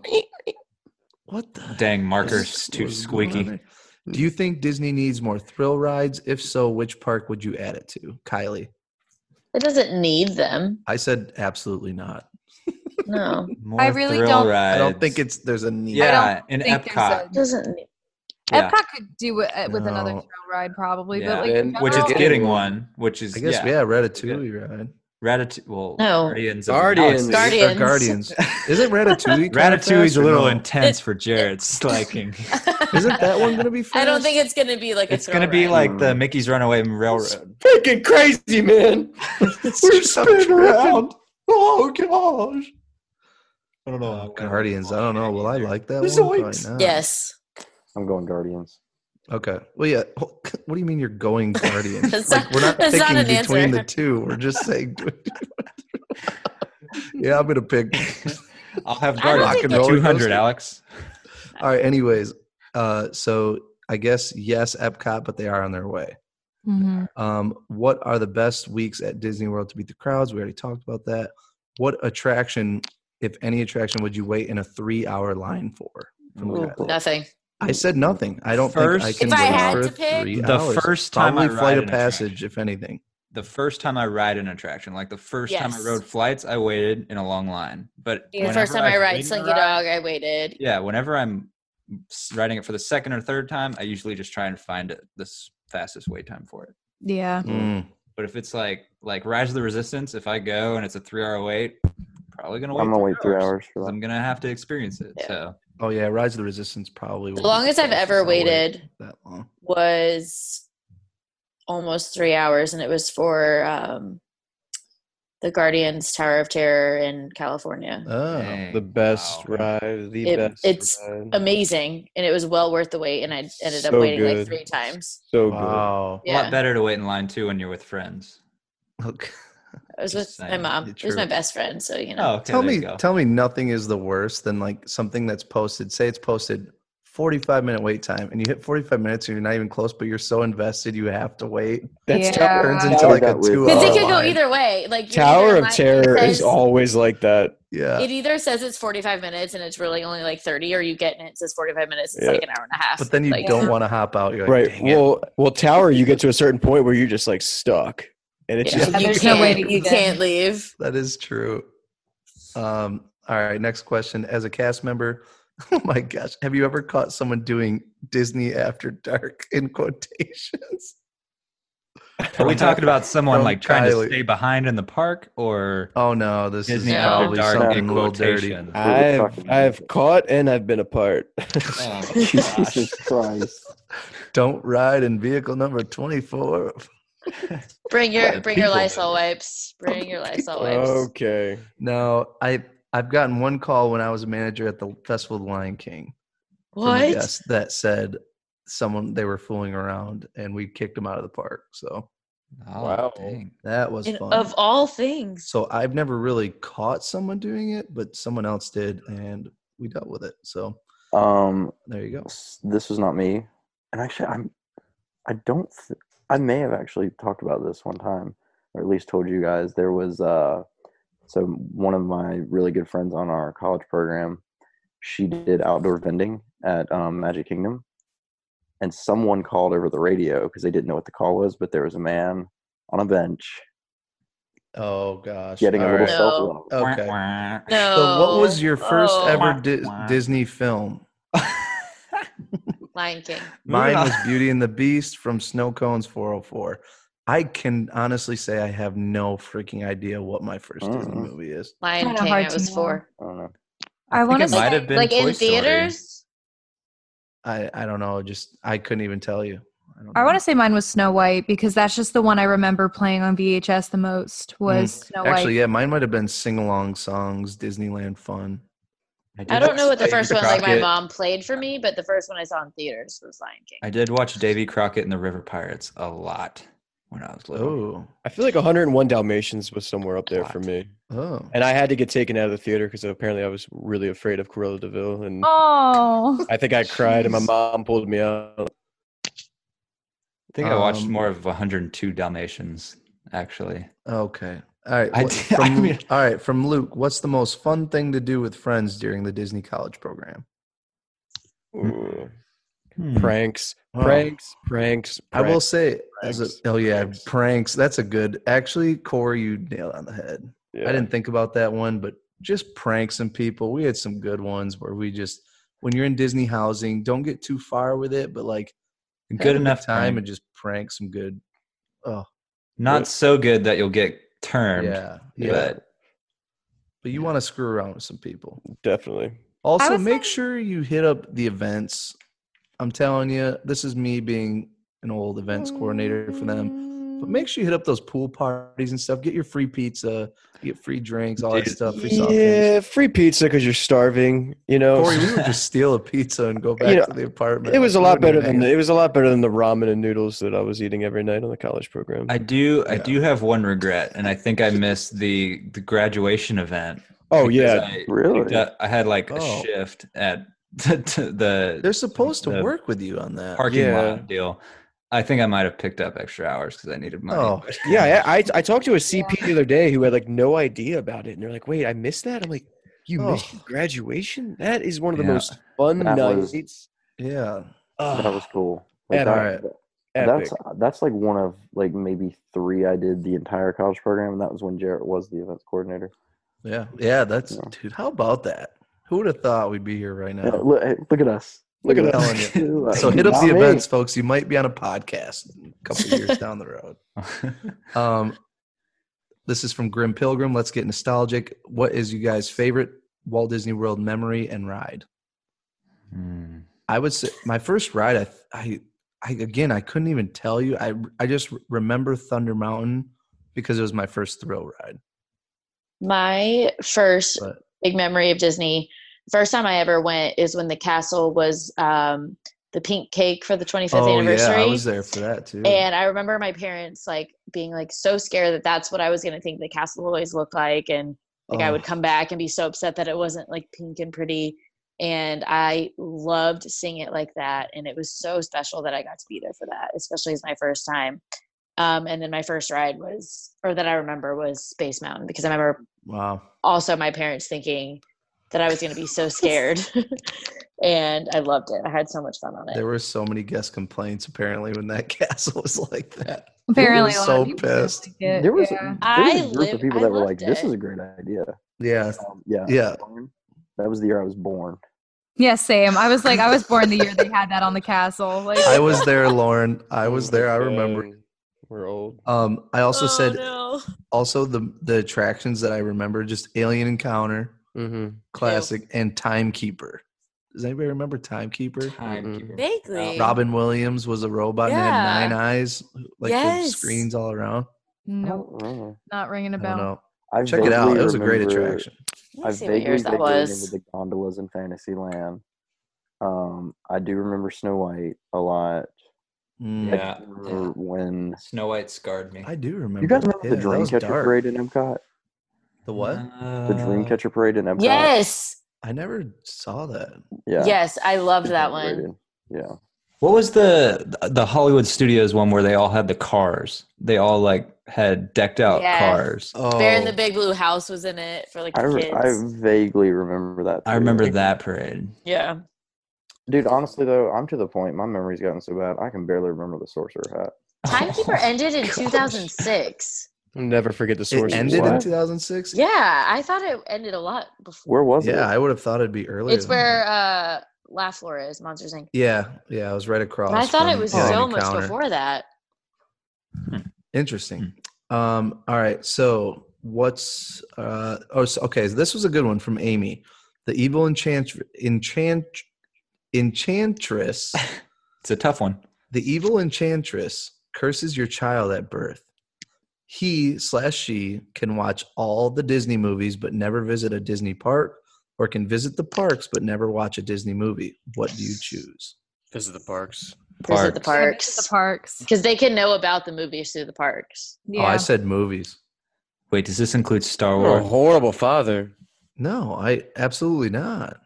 what the? Dang, This Marker's too was squeaky. running. Do you think Disney needs more thrill rides? If so, which park would you add it to? Kylie. It doesn't need them. I said absolutely not. No, More I really thrill don't- I Rides. don't think it's there's a need. Yeah, in think there's Epcot, a- it doesn't. Need, Yeah. Epcot could do it uh, with another No. trail ride probably, Yeah. but like in And- which is general- getting one, which is I guess yeah, yeah, Ratatouille ride. Ratatouille. Well, No. Guardians. Guardians. Of the Galaxy. Guardians. Or Guardians. Isn't Ratatouille? kinda Ratatouille's fast a or little no? intense for Jared's liking. Isn't that one gonna be? Fast? I don't think it's gonna be like a It's thrill gonna be ride. like the Mickey's Runaway Railroad. Freaking crazy, man. We're spinning around. Oh gosh! I don't Oh, Guardians. I don't know. Will I like that one? Probably Zoinks. not. yes. I'm going Guardians. Okay. Well, yeah. ho- What do you mean you're going Guardians? That's like, not- we're not that's not picking an between answer. the two. We're just saying. yeah, I'm gonna pick. I'll have I don't Guardians. think Rock and roller Two hundred, coaster. Alex. All right. Anyways, uh, so I guess yes, Epcot, but they are on their way. Mhm. Um, what are the best weeks at Disney World to beat the crowds? We already talked about that. What attraction, if any attraction, would you wait in a three-hour line for? From Ooh. Kylie? Nothing. I said nothing. I don't First- think If I I can wait had for to pick- three The hours. first time I Probably flight ride of an passage, attraction. if anything. The first time I ride an attraction, like the first time I Yes. rode flights, I waited in a long line. But The first whenever time I I've ride ridden a Slinky ride- Dog, I waited. yeah, whenever I'm s- riding it for the second or third time, I usually just try and find it the s- fastest wait time for it. Yeah. Mm. But if it's like like Rise of the Resistance, if I go and it's a three hour wait, probably gonna wait. I'm gonna wait three hours for 'cause I'm that. gonna have to experience it. Yeah. So Oh yeah, Rise of the Resistance probably. will The be longest I've fastest. ever I'll wait waited That long. was almost three hours, and it was for um, the Guardians Tower of Terror in California. Oh, dang, The best wow. ride, the It- best. it's ride. Amazing, and it was well worth the wait. And I ended up So waiting like good. three times. So Oh, A wow. lot Yeah, better to wait in line too when you're with frigs. Okay. I was with just my saying. mom. Yeah, It was true. my best friend, so you know. Oh, okay, tell there me, you go. tell me, nothing is the worst than like something that's posted. Say it's posted. 45 minute wait time and you hit 45 minutes and you're not even close but you're so invested you have to wait That's Yeah. turns Uh, into like a that with- two Because hour it could go line. either way. Like you're either Tower li- of it Terror is says- always like that. yeah It either says it's 45 minutes and it's really only like 30, or you get and it says 45 minutes. It's Yeah. like an hour and a half. but then you Like, don't want to hop out you're like right. Dang it. Well, well, Tower, you get to a certain point where you're just like stuck, and it's yeah, just Yeah, you there's can't. no way to you get in. can't leave. That is true. Um, all right, next question. As a cast member, oh my gosh, have you ever caught someone doing Disney After Dark in quotations? Are we talking about someone From like trying Kylie. to stay behind in the park, or Oh no, this Disney is No. After probably Dark something in a little dirty. quotation? I've I've caught and I've been apart. Oh, gosh. Jesus Christ. Don't ride in vehicle number twenty-four. Let Bring your the bring your people Lysol know. wipes. Bring your Lysol wipes. okay. No, I I've gotten one call when I was a manager at the Festival of the Lion King. from a What? guest that said someone they were fooling around and we kicked them out of the park. So Oh, Wow. dang. that was In- fun. of all things. So I've never really caught someone doing it, but someone else did, and we dealt with it. So Um, there you go. s- this was not me. And actually, I'm. I don't. Th- I may have actually talked about this one time, or at least told you guys. There was uh, so one of my really good friends on our college program. She did outdoor vending at um, Magic Kingdom, and someone called over the radio because they didn't know what the call was, but there was a man on a bench Oh gosh, getting a All little right. Oh, self love. right. okay. Wah, wah. No. So what was your first Oh. ever Di- Wah, wah. Disney film? Lion King? Mine Moving on. was Beauty and the Beast from Snow Cones 404. I can honestly say I have no freaking idea what my 1st Disney Mm-mm. movie is. Lion Kinda King. hard I to was know. four. I don't know. I, think want to it might say have been like Toy in Story. theaters. I I don't know. Just I couldn't even tell you. I, don't I know. want to say mine was Snow White because that's just the one I remember playing on VHS the most was Snow White. Actually, yeah, mine might have been sing along songs, Disneyland fun. I don't know what the Davy first one like my Crockett. mom played for me, but the first one I saw in theaters was Lion King. I did watch Davy Crockett and the River Pirates a lot when I was little. Oh, I feel like 101 Dalmatians was somewhere up there for me, oh. and I had to get taken out of the theater because apparently I was really afraid of Cruella Deville, and oh, I think I cried, and my Jeez. mom pulled me out. think I watched Um, more of 102 Dalmatians actually. Okay. All right. I what- did- from, I mean- all right. From Luke, what's the most fun thing to do with friends during the Disney college program? Ooh. Hmm. Pranks, Mm-hmm. Oh. pranks, pranks, I will pranks. say, as a, Pranks. oh yeah, Pranks. pranks. That's a good. Actually, Corey, you nailed it on the head. Yeah. I didn't think about that one, but just pranks and people. We had some good ones where we just, when you're in Disney housing, don't get too far with it, but like, Good have a enough time prank. and just prank some good. Oh Not so good that you'll get termed. yeah, yeah. But but you want to screw around with some people. definitely. Also, would make say- sure you hit up the events. I'm telling you, this is me being an old events coordinator for them. But make sure you hit up those pool parties and stuff. Get your free pizza, get free drinks, all that Dude, stuff, free soft drinks. Yeah, free pizza because you're starving. You know, Corey, we would just steal a pizza and go back know, to the apartment. it was a Like, we lot wouldn't better even than the, hang it was a lot better than the ramen and noodles that I was eating every night on the college program. I do I Yeah. do have one regret, and I think I missed the the graduation event. oh because yeah, I, picked Really? up- I had like Oh. a shift at the, the out. They're supposed to the work with you on that. parking Yeah. lot deal. I think I might have picked up extra hours because I needed money. Oh, yeah. I, I I talked to a CP the other day who had like no idea about it, and they're like, "Wait, I missed that." I'm like, "You missed Oh. your graduation? That is one of the Yeah. most fun That nights." was- yeah. That was Ugh, cool. Yeah, Like, All that, right. epic. That's that's like one of like maybe three I did the entire college program, and that was when Jarrett was the events coordinator. Yeah. Yeah. That's, Yeah. dude, how about that? Who would have thought we'd be here right now? Yeah, look, hey, look at us. Look at us. Look at So hit up Not the me. events, folks. You might be on a podcast a couple years down the road. Um, this is from Grim Pilgrim. Let's get nostalgic. What is you guys' favorite Walt Disney World memory and ride? Hmm. I would say my first ride. I, I, I again, I couldn't even tell you. I, I just remember Thunder Mountain because it was my first thrill ride. My first But- big memory of Disney, first time I ever went is when the castle was um, the pink cake for the 25th oh yeah, anniversary. I was there for that too. And I remember my parents like being like so scared that that's what I was going to think the castle always looked like, and like I would Oh. come back and be so upset that it wasn't like pink and pretty. And I loved seeing it like that, and it was so special that I got to be there for that, especially as my first time. Um, and then my first ride was, or that I remember was Space Mountain because I remember Wow. also my parents thinking that I was going to be so scared, and I loved it. I had so much fun on it. There were so many guest complaints apparently when that castle was like that. Apparently, was a lot so of people didn't pissed. like it, There was, yeah. there was I a group live- of people I that were loved like, "This it. is a great idea." Yeah. Um, yeah, Yeah. That was the year I was born. yeah, same. I was like, I was born the year they had that on the castle. Like, I was there, Lauren. I Oh was my there. I remember. God. We're old. Um, I also Oh, said no. uh, also the the attractions that I remember just Alien Encounter, Mm-hmm. classic, and Timekeeper. Does anybody remember Timekeeper? Timekeeper. Vaguely. Robin Williams was a robot and had nine Yeah. eyes, like with Yes. screens all around. I no, don't remember. not ringing a I don't bell. know. I Check it out. vaguely It was a great remember- attraction. I Let me see what vaguely years that vaguely was. remember the gondolas in Fantasyland. Um, I do remember Snow White a lot. Mm, I Yeah. do remember when Snow White scarred me. I do remember. you guys remember yeah, the that Dreamcatcher was dark. parade in Epcot. The what? Uh, The Dreamcatcher parade in Epcot. Yes. I never saw that. Yeah. Yes. I loved it's that one. underrated. Yeah. What was the the Hollywood Studios one where they all had the cars? They all like had decked out Yes. cars. Oh, Bear in the Big Blue House was in it for like I, the re- kids. I vaguely remember that. I too. remember that parade. yeah. Dude, honestly though, I'm to the point. My memory's gotten so bad, I can barely remember the sorcerer hat. Timekeeper ended in gosh. 2006. I'll never forget the it source. ended in What? 2006. Yeah, I thought it ended a lot before. Where was yeah, it? I would have thought it'd be earlier. It's than that. where uh, La Flora is, Monsters Inc. Yeah, yeah, I was right across. But I thought it from was Alien so much Encounter. before that. Interesting. Um, all right, so what's uh oh so, okay, so this was a good one from Amy. The evil enchant enchant enchantress, It's a tough one. the evil enchantress curses your child at birth. He slash she can watch all the Disney movies but never visit a Disney park, or can visit the parks but never watch a Disney movie. What do you choose? Visit the parks. Visit the Parks. Yeah, this is parks the parks. because they can know about the movies through the parks. Oh, I Yeah, said movies. Wait, does this include Star You're a Wars? horrible father. No, I absolutely not.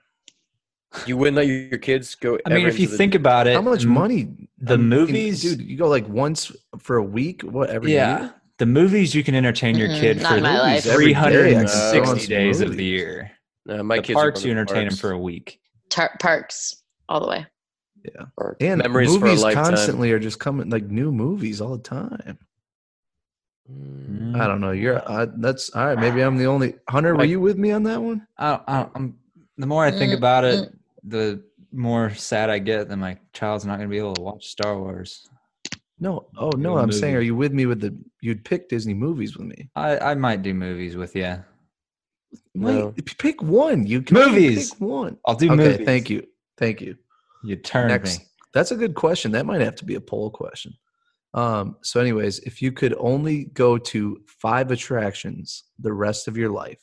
You wouldn't let your kids go. I mean, ever if you into the- think about it, How much m- money The I mean, movies, dude. You go like once for a week, what every yeah, year? the movies you can entertain your Mm-mm, kid Mm-hmm. not for in my life. Every day, three I can hundred and throw on sixty some days of movies. the year. No, Uh, my the kids are parks going you to entertain parks. them for a week. Tar- parks all the way. And Memories for a movies lifetime. constantly are just coming like new movies all the time. Hmm. Mm. Mm. I don't know. You're uh, that's all right. Maybe I'm the only Hunter. Were Like- you with me on that one? I, I, I'm the more I think Mm, about it, the more sad I get that my child's not going to be able to watch Star Wars. No. Oh no. New I'm saying, movie. are you with me with the? You'd pick Disney movies with me. I, I might do movies with you. Wait, No. p- pick one. You can only Movies. Pick one. I'll do okay. movies. Thank you. Thank you. You turned Next. me. That's a good question. That might have to be a poll question. Um, so, anyways, if you could only go to five attractions the rest of your life,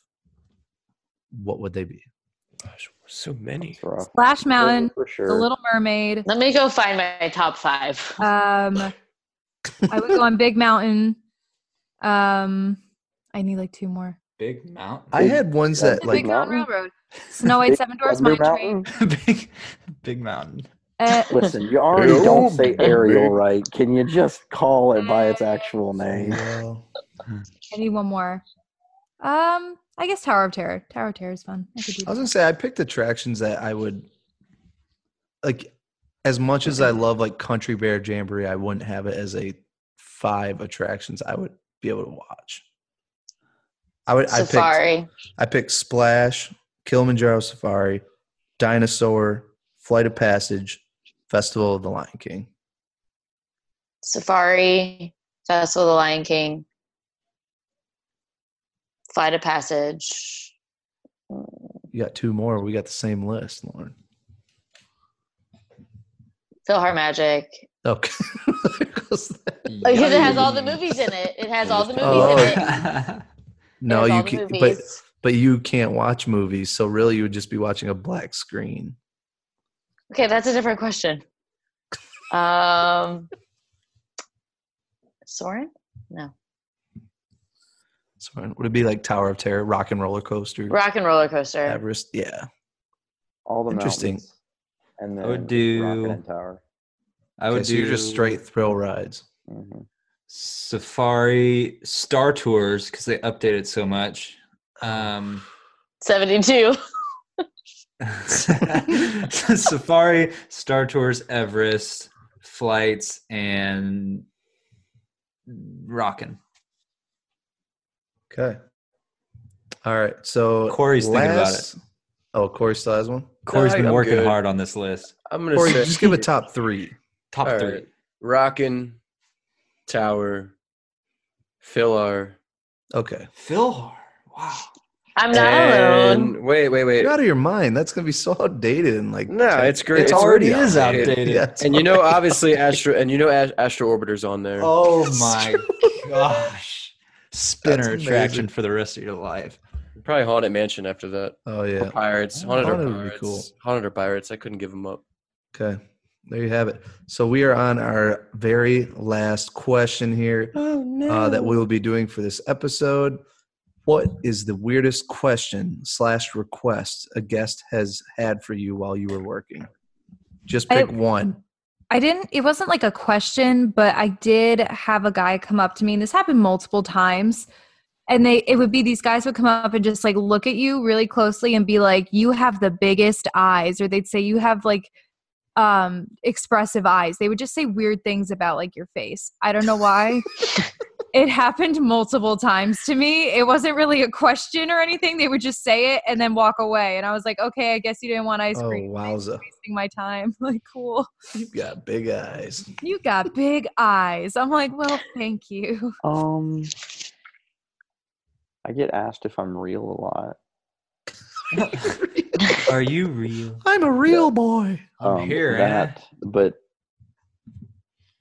what would they be? Gosh, so many. It's rough. Splash Mountain, for sure. The Little Mermaid. Let me go find my top five. Um, I would go on Big Mountain. Um, I need like two more. Big mountain. I had ones Yeah, that The Big like Big Mountain Mountain? Railroad, Snow White, Big Seven Dwarfs Thunder Mine Train. Mountain? big, big mountain. Uh, Listen, you already don't say Ariel right. Can you just call it by its actual name? well, Uh, I need one more. Um, I guess Tower of Terror. Tower of Terror is fun. I could do I was that. gonna say I picked attractions that I would like. As much as I love like Country Bear Jamboree, I wouldn't have it as a five attractions I would be able to watch. I would. I picked Safari. I picked Splash, Kilimanjaro Safari, Dinosaur, Flight of Passage, Festival of the Lion King. Safari. Festival of the Lion King. Flight of Passage. You got two more. We got the same list, Lauren. Philhar Magic. Okay. There goes that. Because it has all the movies in it. It has all the movies Oh, in it. It no, has all you the can't. But movies. but you can't watch movies, so really you would just be watching a black screen. Okay, that's a different question. Um, Soren? So would it be like Tower of Terror, Rock and Roller Coaster, Rock and Roller Coaster. Everest? Yeah. All the Interesting. mountains. And then I would Rocket do- and Tower. I Okay, would so do you're just straight thrill rides. hmm Safari Star Tours because they updated so much. Um, 72. Safari Star Tours Everest flights and rockin'. Okay. All right. So Corey's thinking about last- Oh, Corey still has one. Corey's Alright, been I'm working good. hard on this list. I'm Corey, going to just give a top three. Top All three. right. Rockin', Tower, Philar. Okay. Philhar. Wow. I'm not alone. and- Wait, wait, wait. You're out of your mind. That's gonna be so outdated and like No, it's great. It's It's already already is outdated. outdated. yeah, And you know, uh, obviously, Astro and you know, Ast- Astro Orbiter's on there. Oh my gosh. That's Spinner amazing. attraction for the rest of your life. Probably Haunted Mansion after that. oh Or yeah. Pirates, Oh, Haunted, Haunted or would be Pirates, cool. Haunted or Pirates. I couldn't give them up. Okay. There you have it. So we are on our very last question here Oh no! uh, that we will be doing for this episode. What is the weirdest question slash request a guest has had for you while you were working? Just I- pick one. I didn't, it wasn't like a question, but I did have a guy come up to me, and this happened multiple times. And they, it would be these guys would come up and just like look at you really closely and be like, You have the biggest eyes. Or they'd say, You have like um expressive eyes. They would just say weird things about like your face. I don't know why. it happened multiple times to me. It wasn't really a question or anything. They would just say it and then walk away. And I was like, Okay, I guess you didn't want ice Oh cream. Thanks for wowza! Wasting my time. Like, cool You've got big eyes. you got big eyes. I'm like, well, thank you. Um, I get asked if I'm real a lot. Are you real? I'm a real boy. I'm um, here. eh? that, but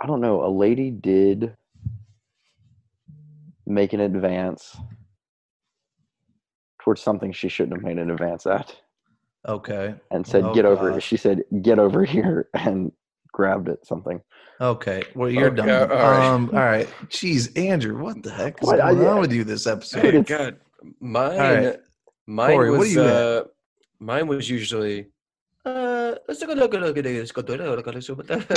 I don't know. A lady did make an advance towards something she shouldn't have made an advance at, Okay. and said, Oh, "Get over." gosh. She said, "Get over here," and grabbed at something. Okay. Well, you're Okay, done. all right. Um, all right. Jeez, Andrew, what the heck is What? I- going on with you this episode? Dude, Hey, it's- God, mine, All right. mine Corey, what was do you have? uh, mine was usually uh, uh, let's take a look, look at this. and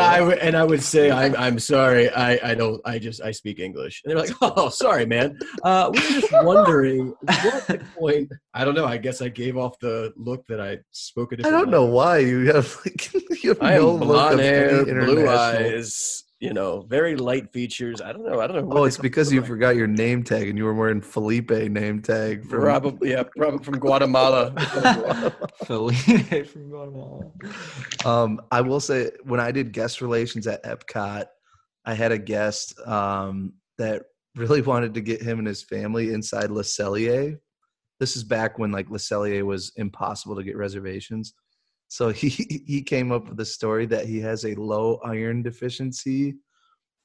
I would and I would say I'm I'm sorry I I don't I just I speak English and they're like oh sorry man uh, we were just wondering what the point I don't know I guess I gave off the look that I spoke a I different don't know why you have like you have I no am look blonde of any hair blue international- eyes you know very light features I don't know I don't know what Oh, they it's come because from. you forgot your name tag and you were wearing Felipe name tag from probably yeah probably from Guatemala Felipe from Guatemala. Um, I will say when I did guest relations at Epcot, I had a guest um, that really wanted to get him and his family inside Le Cellier. This is back when like Le Cellier was impossible to get reservations. So he he came up with a story that he has a low iron deficiency,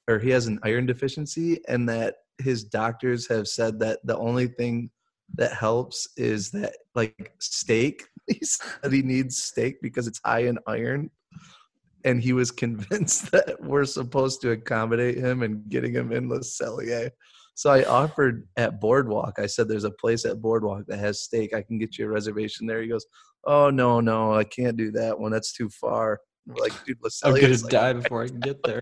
or he has an iron deficiency, and that his doctors have said that the only thing that helps is that like steak he said he needs steak because it's high in iron and he was convinced that we're supposed to accommodate him and getting him in Le Cellier. So I offered at Boardwalk. I said, "There's a place at Boardwalk that has steak. I can get you a reservation there." He goes, "Oh no, no, I can't do that one. That's too far." We're like, "Dude, Le I'm gonna Cellier's like, die before I can get there.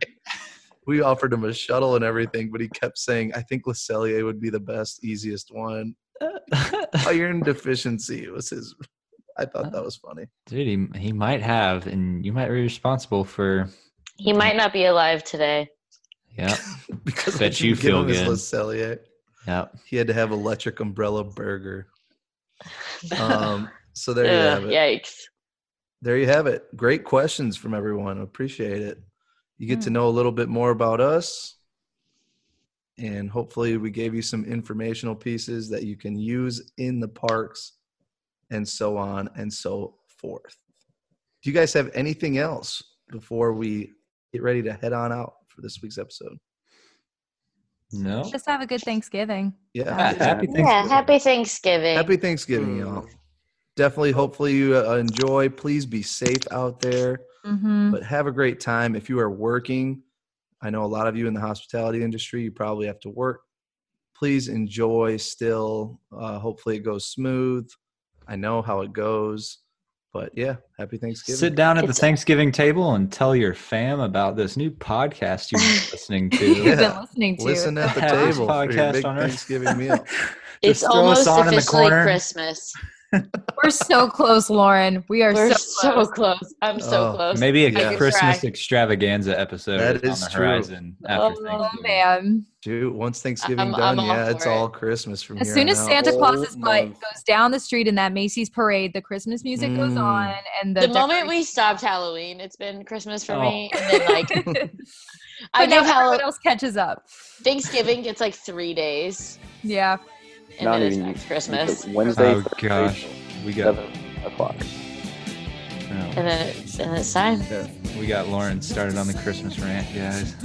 we offered him a shuttle and everything, but he kept saying, "I think Le Cellier would be the best, easiest one." Iron deficiency was his. I thought that was funny. Dude, he, he might have, and you might be responsible for. He might not be alive today. Yeah, because I Bet didn't you give feel him his good. Le Cellier. yeah. He had to have electric umbrella burger. Um, so there you Ugh, have it. yikes. There you have it. Great questions from everyone. Appreciate it. You get to Mm. know a little bit more about us, and hopefully, we gave you some informational pieces that you can use in the parks, and so on and so forth. Do you guys have anything else before we get ready to head on out for this week's episode? No. Just have a good Thanksgiving. Yeah. Yeah, happy Yeah, Thanksgiving. happy Thanksgiving. Happy Thanksgiving, y'all. Definitely, hopefully, you uh, enjoy. Please be safe out there, Mm-hmm. but have a great time. If you are working, I know a lot of you in the hospitality industry, you probably have to work. Please enjoy still. Uh, hopefully, it goes smooth. I know how it goes, but yeah, happy Thanksgiving. Sit down at the It's- Thanksgiving table and tell your fam about this new podcast you've been listening to. You've been listening to Listen at the Have this table for your podcast big on Earth. Thanksgiving meal. Just It's throw us almost on in the officially corner. Christmas. We're so close, Lauren. We are We're so, so close. close. I'm so Oh, close. Maybe a Yeah. Christmas Try. extravaganza episode That is is on the true. horizon after Oh, Oh Thanksgiving. man! Dude, once Thanksgiving I'm- I'm done, all yeah, it's for it. all Christmas from As here soon on as out. Santa Whole Claus's butt month. goes down the street in that Macy's parade, the Christmas music goes Mm. on, and the, The moment we stopped Halloween, it's been Christmas for Oh. me. And then, like, decorations- I but now give Halloween. everyone else catches up. Thanksgiving gets like three days, Yeah, and then it's next Christmas, Wednesday, Oh, Thursday, gosh. We got seven o'clock. no, and then it's, and it's time. we got Lauren started on the Christmas rant, guys.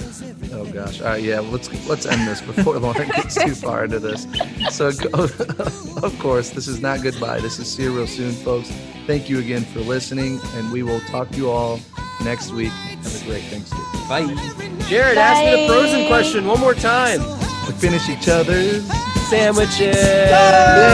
Oh gosh! All right, yeah. Let's let's end this before Lauren gets too far into this. So, go, of course, this is not goodbye. This is see you real soon, folks. Thank you again for listening, and we will talk to you all next week. Have a great Thanksgiving. Bye. Jared ask me the frozen Bye. question one more time We finish each other's. sandwiches. Yeah.